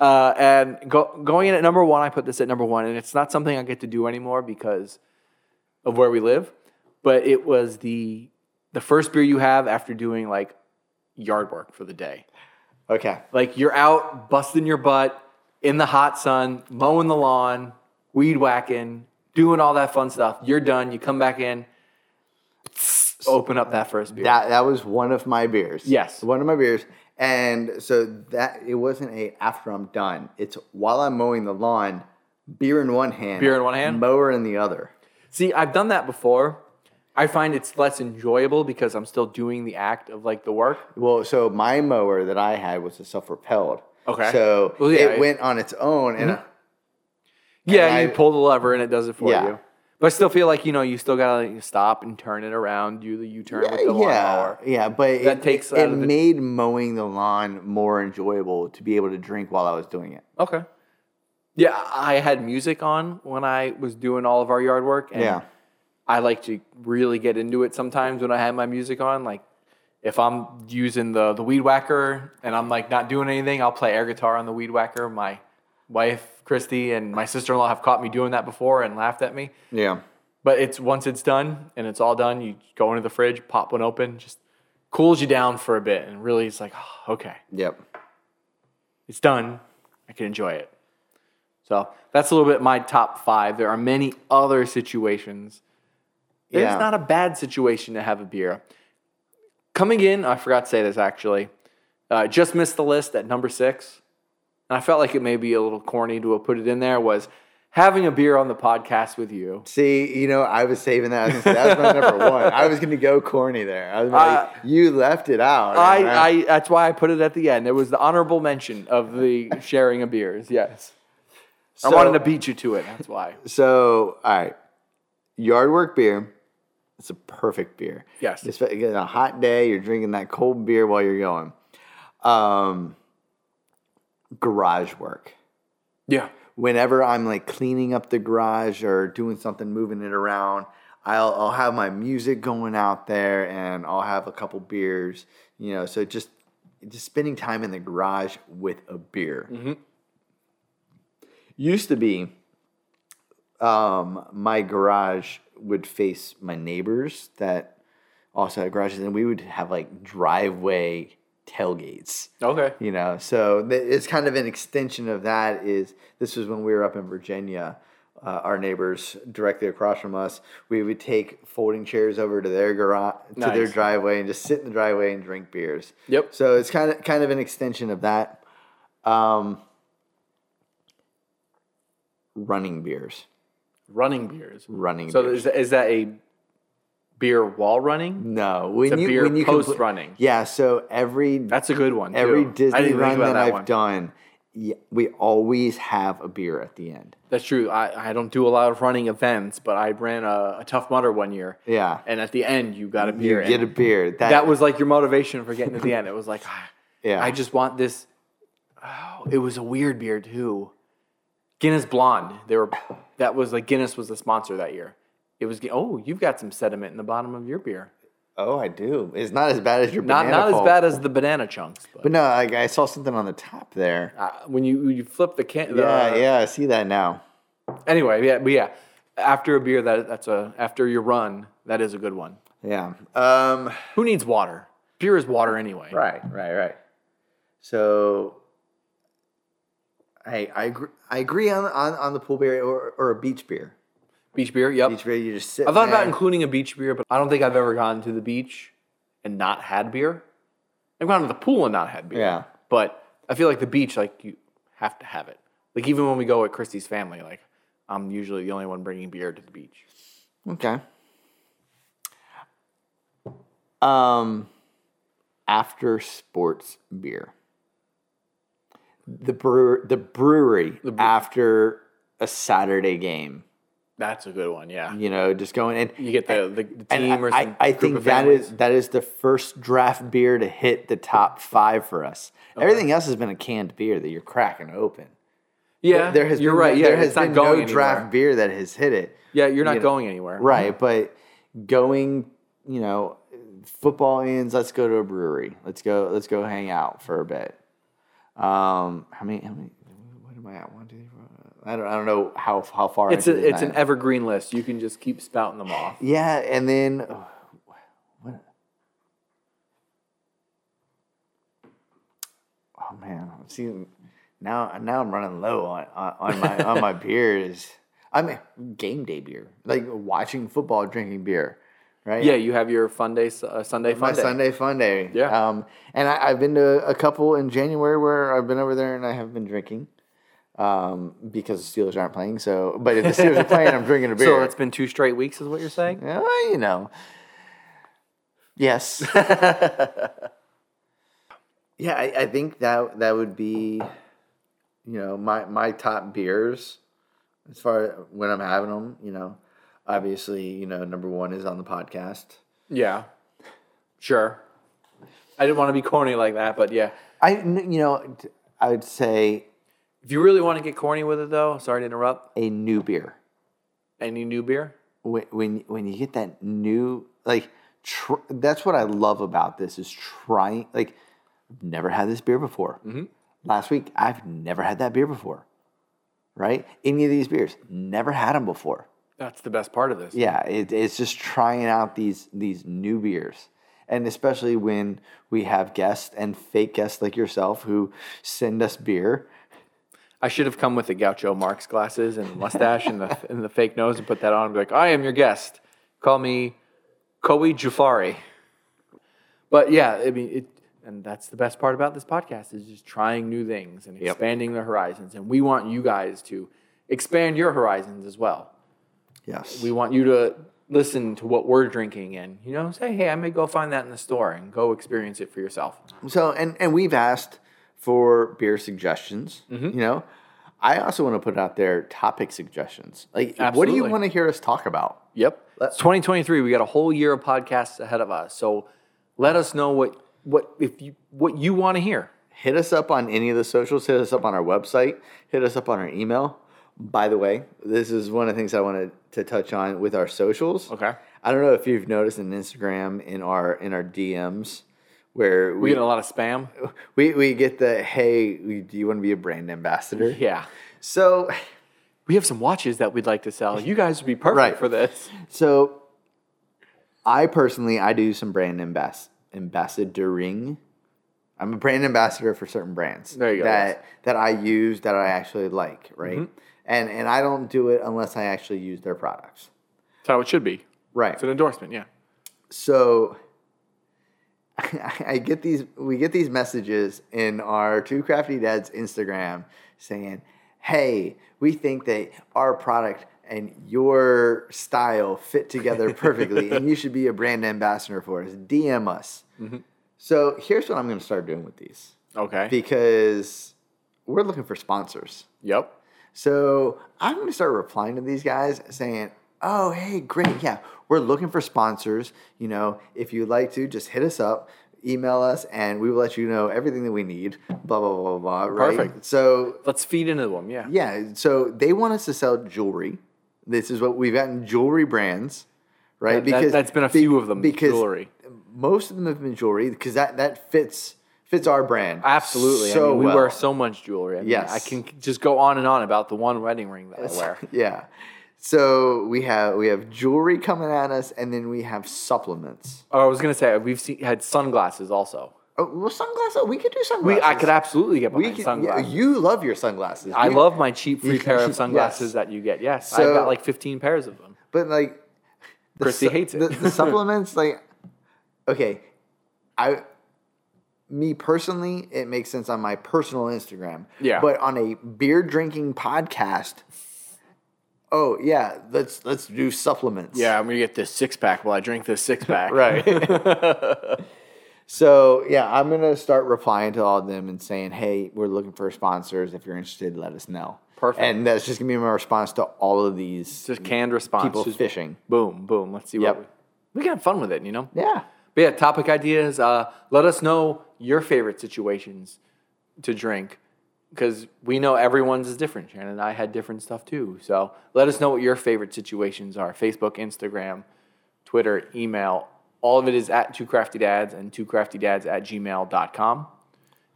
Speaker 3: Uh, and go, going in at number one, I put this at number one, and it's not something I get to do anymore because of where we live. But it was the the first beer you have after doing like yard work for the day.
Speaker 1: Okay.
Speaker 3: Like you're out busting your butt in the hot sun, mowing the lawn, weed whacking, doing all that fun stuff. You're done. You come back in, open up that first beer.
Speaker 1: That that was one of my beers.
Speaker 3: Yes.
Speaker 1: One of my beers. And so that it wasn't a after I'm done. It's while I'm mowing the lawn, beer in one hand,
Speaker 3: Beer in one hand?
Speaker 1: mower in the other.
Speaker 3: See, I've done that before. I find it's less enjoyable because I'm still doing the act of like the work.
Speaker 1: Well, so my mower that I had was a self-propelled.
Speaker 3: Okay.
Speaker 1: So
Speaker 3: Well, yeah,
Speaker 1: it
Speaker 3: I-
Speaker 1: went on its own, and
Speaker 3: Yeah,
Speaker 1: And
Speaker 3: you
Speaker 1: I-
Speaker 3: pull the lever and it does it for
Speaker 1: Yeah.
Speaker 3: you. But I still feel like you know you still gotta like, stop and turn it around, do the U turn with the
Speaker 1: yeah,
Speaker 3: lawnmower.
Speaker 1: yeah, but
Speaker 3: Mm-hmm. That
Speaker 1: it,
Speaker 3: takes
Speaker 1: it,
Speaker 3: out of the-
Speaker 1: made mowing the lawn more enjoyable to be able to drink while I was doing it.
Speaker 3: Okay. Yeah, I had music on when I was doing all of our yard work, and
Speaker 1: Yeah.
Speaker 3: I like to really get into it sometimes when I have my music on. Like if I'm using the the weed whacker and I'm like not doing anything, I'll play air guitar on the weed whacker. My wife Christy and my sister in law have caught me doing that before and laughed at me.
Speaker 1: Yeah.
Speaker 3: But it's once it's done and it's all done, you go into the fridge, pop one open, just cools you down for a bit, and really it's like, "Oh, okay,
Speaker 1: Yep.
Speaker 3: it's done. I can enjoy it. So that's a little bit my top five. There are many other situations. There's
Speaker 1: Yeah.
Speaker 3: not a bad situation to have a beer. Coming in, I forgot to say this actually. Uh, just missed the list at number six, and I felt like it may be a little corny to have put it in there. Was having a beer on the podcast with you.
Speaker 1: See, you know, I was saving that. I was gonna say, that was my number one. I was going to go corny there. I was like, you left it out.
Speaker 3: Uh, I,
Speaker 1: And
Speaker 3: I that's why I put it at the end. It was the honorable mention of the sharing of beers. Yes, I
Speaker 1: So-
Speaker 3: wanted to beat you to it. That's why.
Speaker 1: So, all right, yard work beer. It's a perfect beer.
Speaker 3: Yes.
Speaker 1: It's again, a hot day. You're drinking that cold beer while you're going. Um, garage work.
Speaker 3: Yeah,
Speaker 1: Whenever I'm like cleaning up the garage or doing something, moving it around, I'll, I'll have my music going out there and I'll have a couple beers. You know, so just just spending time in the garage with a beer used to be um, my garage would face my neighbors that also had garages and we would have like driveway tailgates
Speaker 3: Okay.
Speaker 1: you know so th- it's kind of an extension of that is this was when we were up in virginia uh, our neighbors directly across from us we would take folding chairs over to their garage to their
Speaker 3: Nice.
Speaker 1: driveway and just sit in the driveway and drink beers
Speaker 3: Yep.
Speaker 1: so it's kind of kind of an extension of that um, running beers
Speaker 3: Running beers.
Speaker 1: running
Speaker 3: So
Speaker 1: beers.
Speaker 3: is that, is that a beer while running?
Speaker 1: no when
Speaker 3: It's a
Speaker 1: you
Speaker 3: beer
Speaker 1: when you
Speaker 3: post
Speaker 1: compl-
Speaker 3: running.
Speaker 1: yeah so every
Speaker 3: That's a good one.
Speaker 1: every
Speaker 3: too. I didn't
Speaker 1: disney
Speaker 3: even think
Speaker 1: run
Speaker 3: about
Speaker 1: that, i've
Speaker 3: one.
Speaker 1: done yeah, we always have a beer at the end
Speaker 3: That's true. I, I don't do a lot of running events, but I ran a, a Tough Mudder one year.
Speaker 1: Yeah.
Speaker 3: And at the end, you got a beer.
Speaker 1: you
Speaker 3: and
Speaker 1: get a beer that,
Speaker 3: that was like your motivation for getting to the end. It was like, "Ah,
Speaker 1: Yeah.
Speaker 3: I just want this. Oh, it was a weird beer too. Guinness Blonde. They were that was like Guinness was the sponsor that year. It was oh, you've got some sediment in the bottom of your beer.
Speaker 1: oh i do it's not as bad as your
Speaker 3: Not
Speaker 1: banana
Speaker 3: not
Speaker 1: pulp.
Speaker 3: as bad as the banana chunks, but,
Speaker 1: but no like, i saw something on the top there
Speaker 3: uh, when you when you flip the can. the-
Speaker 1: yeah yeah i see that now
Speaker 3: Anyway, yeah, but yeah, after a beer, that that's a after your run, that is a good one.
Speaker 1: yeah um
Speaker 3: Who needs water? Beer is water anyway.
Speaker 1: Right, right, right. So I I agree, I agree on, on on the pool beer or, or a beach beer.
Speaker 3: Beach beer. Yep.
Speaker 1: Beach beer, you just sit.
Speaker 3: I thought about
Speaker 1: there.
Speaker 3: including a beach beer, but I don't think I've ever gone to the beach and not had beer. I've gone to the pool and not had beer.
Speaker 1: Yeah.
Speaker 3: But I feel like the beach, like you have to have it. Like even when we go with Christy's family, like I'm usually the only one bringing beer to the beach.
Speaker 1: okay. Um, after sports beer, the brewer the brewery after a Saturday game.
Speaker 3: That's a good one. Yeah.
Speaker 1: You know, just going and
Speaker 3: You get the the, the
Speaker 1: And
Speaker 3: team or
Speaker 1: I,
Speaker 3: some
Speaker 1: I
Speaker 3: group
Speaker 1: think
Speaker 3: of
Speaker 1: that
Speaker 3: families.
Speaker 1: is that is the first draft beer to hit the top five for us. Everything else has been a canned beer that you're cracking open.
Speaker 3: yeah.
Speaker 1: There has
Speaker 3: you're
Speaker 1: been,
Speaker 3: right. Yeah,
Speaker 1: there has
Speaker 3: it's not
Speaker 1: been
Speaker 3: going
Speaker 1: no draft
Speaker 3: anywhere.
Speaker 1: beer that has hit it.
Speaker 3: Yeah, you're not
Speaker 1: you know,
Speaker 3: going anywhere.
Speaker 1: Right, but going, you know, football ends. Let's go to a brewery. Let's go. Let's go hang out for a bit. Um, how many? How many? What am I at? One, two, three, four. I don't. I don't know how how far.
Speaker 3: It's
Speaker 1: into
Speaker 3: a,
Speaker 1: the
Speaker 3: it's an
Speaker 1: night.
Speaker 3: evergreen list. You can just keep spouting them off.
Speaker 1: Yeah, and then oh, what? Oh man, I'm seeing now. Now I'm running low on on on my on my beers. I mean, game day beer, like watching football, drinking beer, right?
Speaker 3: Yeah, you have your fun day, s- uh, Sunday fun
Speaker 1: My
Speaker 3: day.
Speaker 1: Sunday fun day.
Speaker 3: Yeah.
Speaker 1: Um, and I, I've been to a couple in January where I've been over there and I have been drinking um, because the Steelers aren't playing. So, but if the Steelers are playing, I'm drinking a beer.
Speaker 3: So it's been two straight weeks, is what you're saying?
Speaker 1: Yeah, well, Oh, you know. Yes. yeah, I, I think that that would be, you know, my my top beers as far as when I'm having them. You know, obviously, you know, number one is on the podcast.
Speaker 3: Yeah. Sure. I didn't want to be corny like that, but yeah.
Speaker 1: I, n- you know, t- I would say
Speaker 3: If you really want to get corny with it, though, sorry to interrupt.
Speaker 1: a new beer
Speaker 3: Any new beer?
Speaker 1: when when, when you get that new like. Tr- that's what I love about this is trying. Like, I've never had this beer before. Last week, I've never had that beer before. right? Any of these beers, never had them before.
Speaker 3: That's the best part of this.
Speaker 1: Yeah, it, it's just trying out these these new beers, and especially when we have guests and fake guests like yourself who send us beer.
Speaker 3: I should have come with the Gaucho Marx glasses and mustache and the and the fake nose and put that on and be like, I am your guest. Call me Koei Jafari. But yeah, I mean it and that's the best part about this podcast is just trying new things and expanding the horizons. And we want you guys to expand your horizons as well.
Speaker 1: Yes,
Speaker 3: We want you to listen to what we're drinking and, you know, say, hey, I may go find that in the store and go experience it for yourself.
Speaker 1: So and and we've asked for beer suggestions.
Speaker 3: Mm-hmm.
Speaker 1: You know, I also want to put out there topic suggestions. Like, what do you
Speaker 3: Absolutely.
Speaker 1: want to hear us talk about?
Speaker 3: Yep. It's 2023. We got a whole year of podcasts ahead of us. So let us know what what if you what you want to hear.
Speaker 1: Hit us up on any of the socials. Hit us up on our website. Hit us up on our email. By the way, this is one of the things I wanted to touch on with our socials.
Speaker 3: Okay.
Speaker 1: I don't know if you've noticed in Instagram in our in our DMs where
Speaker 3: We
Speaker 1: we
Speaker 3: get a lot of spam.
Speaker 1: we, we get the hey, do you want to be a brand ambassador?
Speaker 3: Yeah.
Speaker 1: So
Speaker 3: We have some watches that we'd like to sell. You guys would be perfect
Speaker 1: Right.
Speaker 3: for this.
Speaker 1: So, I personally, I do some brand ambas- ambassadoring. I'm a brand ambassador for certain brands
Speaker 3: There you go, Mm-hmm.
Speaker 1: that
Speaker 3: yes.
Speaker 1: that I use that I actually like, right? And and I don't do it unless I actually use their products,
Speaker 3: That's how it should be.
Speaker 1: right?
Speaker 3: It's an endorsement, yeah.
Speaker 1: So I get these we get these messages in our two crafty dads Instagram saying, "Hey, we think that our product and your style fit together perfectly and you should be a brand ambassador for us. DM us." So, here's what I'm going to start doing with these
Speaker 3: Okay.
Speaker 1: because we're looking for sponsors.
Speaker 3: yep.
Speaker 1: So I'm going to start replying to these guys saying, oh, hey, great. Yeah, we're looking for sponsors. You know, if you'd like to, just hit us up, email us, and we will let you know everything that we need, blah, blah, blah, blah. Right?
Speaker 3: Perfect.
Speaker 1: So,
Speaker 3: Let's feed into them, yeah.
Speaker 1: yeah, so they want us to sell jewelry. This is what we've gotten jewelry brands, right?
Speaker 3: That- that- that's been a few of them,
Speaker 1: Because
Speaker 3: jewelry.
Speaker 1: most of them have been jewelry because that, that fits fits our brand.
Speaker 3: Absolutely. I
Speaker 1: So
Speaker 3: mean, we
Speaker 1: well.
Speaker 3: wear so much jewelry. I mean,
Speaker 1: Yes.
Speaker 3: I can just go on and on about the one wedding ring that I wear.
Speaker 1: yeah. So we have we have jewelry coming at us, and then we have supplements.
Speaker 3: Oh, I was gonna say we've seen, had sunglasses also.
Speaker 1: Oh, well, sunglasses. We could do
Speaker 3: We,
Speaker 1: sunglasses.
Speaker 3: I could absolutely get
Speaker 1: We
Speaker 3: behind
Speaker 1: could- yeah,
Speaker 3: sunglasses.
Speaker 1: you love your sunglasses.
Speaker 3: I
Speaker 1: We-
Speaker 3: love my cheap free pair
Speaker 1: Yes.
Speaker 3: of sunglasses that you get. Yes,
Speaker 1: So-
Speaker 3: I've got like 15 pairs of them.
Speaker 1: but like the
Speaker 3: Christy
Speaker 1: su-
Speaker 3: hates it.
Speaker 1: The, the supplements, like, okay, I, me personally, it makes sense on my personal Instagram.
Speaker 3: Yeah.
Speaker 1: But on a beer drinking podcast, oh yeah, let's let's do supplements.
Speaker 3: I'm gonna get this six pack while I drink this six pack.
Speaker 1: Right. so yeah, I'm gonna start replying to all of them and saying, "Hey, we're looking for sponsors. If you're interested, let us know."
Speaker 3: Perfect.
Speaker 1: And that's just gonna be my response to all of these
Speaker 3: Just canned response.
Speaker 1: people
Speaker 3: Just
Speaker 1: fishing.
Speaker 3: boom, boom. Let's see
Speaker 1: Yep.
Speaker 3: what we, we can have fun with it. You know.
Speaker 1: Yeah.
Speaker 3: But yeah, topic ideas. Uh, let us know your favorite situations to drink because we know everyone's is different. Shannon and I had different stuff too. So let us know what your favorite situations are Facebook, Instagram, Twitter, email. All of it is at Two Crafty Dads and Two Crafty Dads at gmail.com.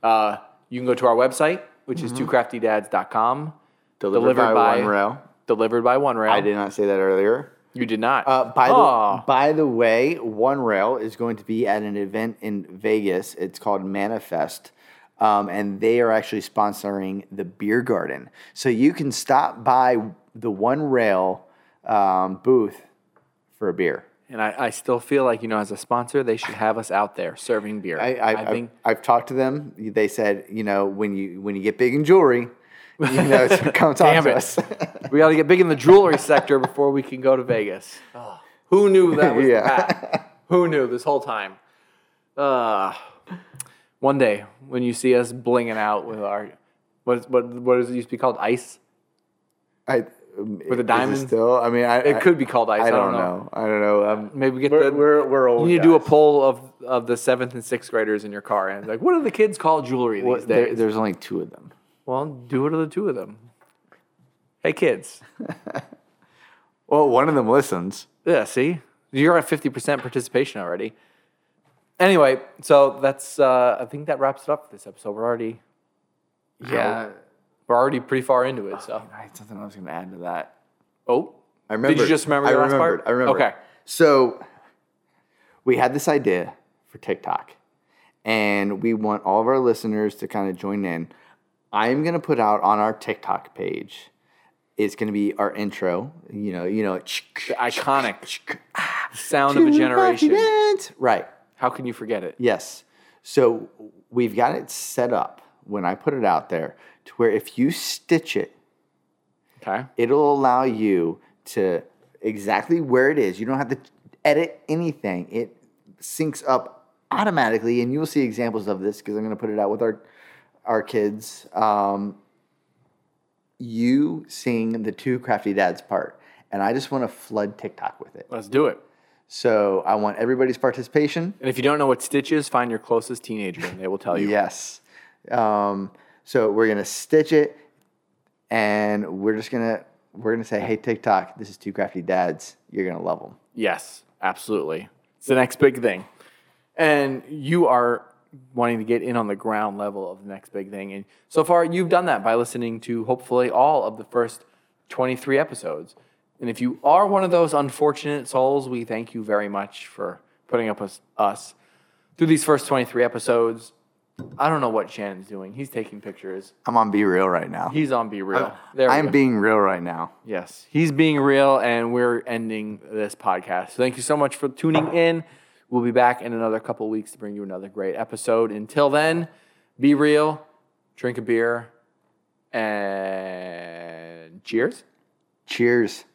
Speaker 3: Uh, you can go to our website, which is twocraftydads.com.
Speaker 1: Mm-hmm. Delivered, by, one rail.
Speaker 3: Delivered by One Rail.
Speaker 1: I did not say that earlier.
Speaker 3: You did not.
Speaker 1: Uh, by
Speaker 3: Aw.
Speaker 1: the by the way, One Rail is going to be at an event in Vegas. It's called Manifest, um, and they are actually sponsoring the Beer Garden. So you can stop by the One Rail um, booth for a beer.
Speaker 3: And I, I still feel like, you know, as a sponsor, they should have us out there serving beer.
Speaker 1: I, I, I
Speaker 3: think
Speaker 1: I've, I've talked to them. They said, you know, when you when you get big in jewelry, you know, come talk
Speaker 3: Damn
Speaker 1: to
Speaker 3: it.
Speaker 1: us.
Speaker 3: we got to get big in the jewelry sector before we can go to Vegas. Who knew that was
Speaker 1: Yeah.
Speaker 3: the path? Who knew this whole time? Uh, one day when you see us blinging out with our, what, is- what, what is it used to be called? Ice?
Speaker 1: I, With
Speaker 3: the diamonds?
Speaker 1: still, I mean, I,
Speaker 3: It could be called ice.
Speaker 1: I,
Speaker 3: I,
Speaker 1: don't know. I don't know. Um,
Speaker 3: Maybe we get
Speaker 1: we're,
Speaker 3: the.
Speaker 1: we're we're old.
Speaker 3: you need to do a
Speaker 1: guys.
Speaker 3: poll of, of the seventh and sixth graders in your car, and like, what do the kids call jewelry these
Speaker 1: Well,
Speaker 3: days?
Speaker 1: there, there's only two of them.
Speaker 3: Well, do it to the two of them. Hey, kids.
Speaker 1: Well, one of them listens.
Speaker 3: Yeah, see? You're at 50% participation already. Anyway, so that's, uh, I think that wraps it up for this episode. We're already,
Speaker 1: Yeah.
Speaker 3: We're already pretty far into it, so.
Speaker 1: I had something I was going to add to that.
Speaker 3: Oh,
Speaker 1: I remember.
Speaker 3: Did you just remember
Speaker 1: I
Speaker 3: the last
Speaker 1: remembered,
Speaker 3: part?
Speaker 1: I remember.
Speaker 3: Okay.
Speaker 1: So we had this idea for TikTok, and we want all of our listeners to kind of join in. I'm gonna put out on our TikTok page. It's gonna be our intro. You know, you know,
Speaker 3: Iconic. Sound of a generation.
Speaker 1: Right.
Speaker 3: How can you forget it?
Speaker 1: Yes. So we've got it set up when I put it out there to where if you stitch it
Speaker 3: Okay.
Speaker 1: it'll allow you to exactly where it is. You don't have to edit anything. It syncs up automatically, and you will see examples of this because I'm going to put it out with our our kids. Um, you sing the two crafty dads part, and I just want to flood TikTok with it.
Speaker 3: Let's do it.
Speaker 1: So I want everybody's participation.
Speaker 3: And if you don't know what Stitch is, find your closest teenager and they will tell you.
Speaker 1: Yes. Um, so we're gonna stitch it, and we're just gonna we're gonna say, "Hey TikTok, this is two crafty dads. You're gonna love them."
Speaker 3: Yes, absolutely. It's the next big thing. And you are wanting to get in on the ground level of the next big thing. And so far, you've done that by listening to hopefully all of the first 23 episodes. And if you are one of those unfortunate souls, we thank you very much for putting up with us through these first 23 episodes. I don't know what Shannon's doing. He's taking pictures.
Speaker 1: I'm on Be Real right now.
Speaker 3: He's on Be Real. There we
Speaker 1: I'm
Speaker 3: go.
Speaker 1: being real right now.
Speaker 3: Yes, he's being real, and we're ending this podcast. So thank you so much for tuning in. We'll be back in another couple weeks to bring you another great episode. Until then, be real, drink a beer, and cheers.
Speaker 1: Cheers.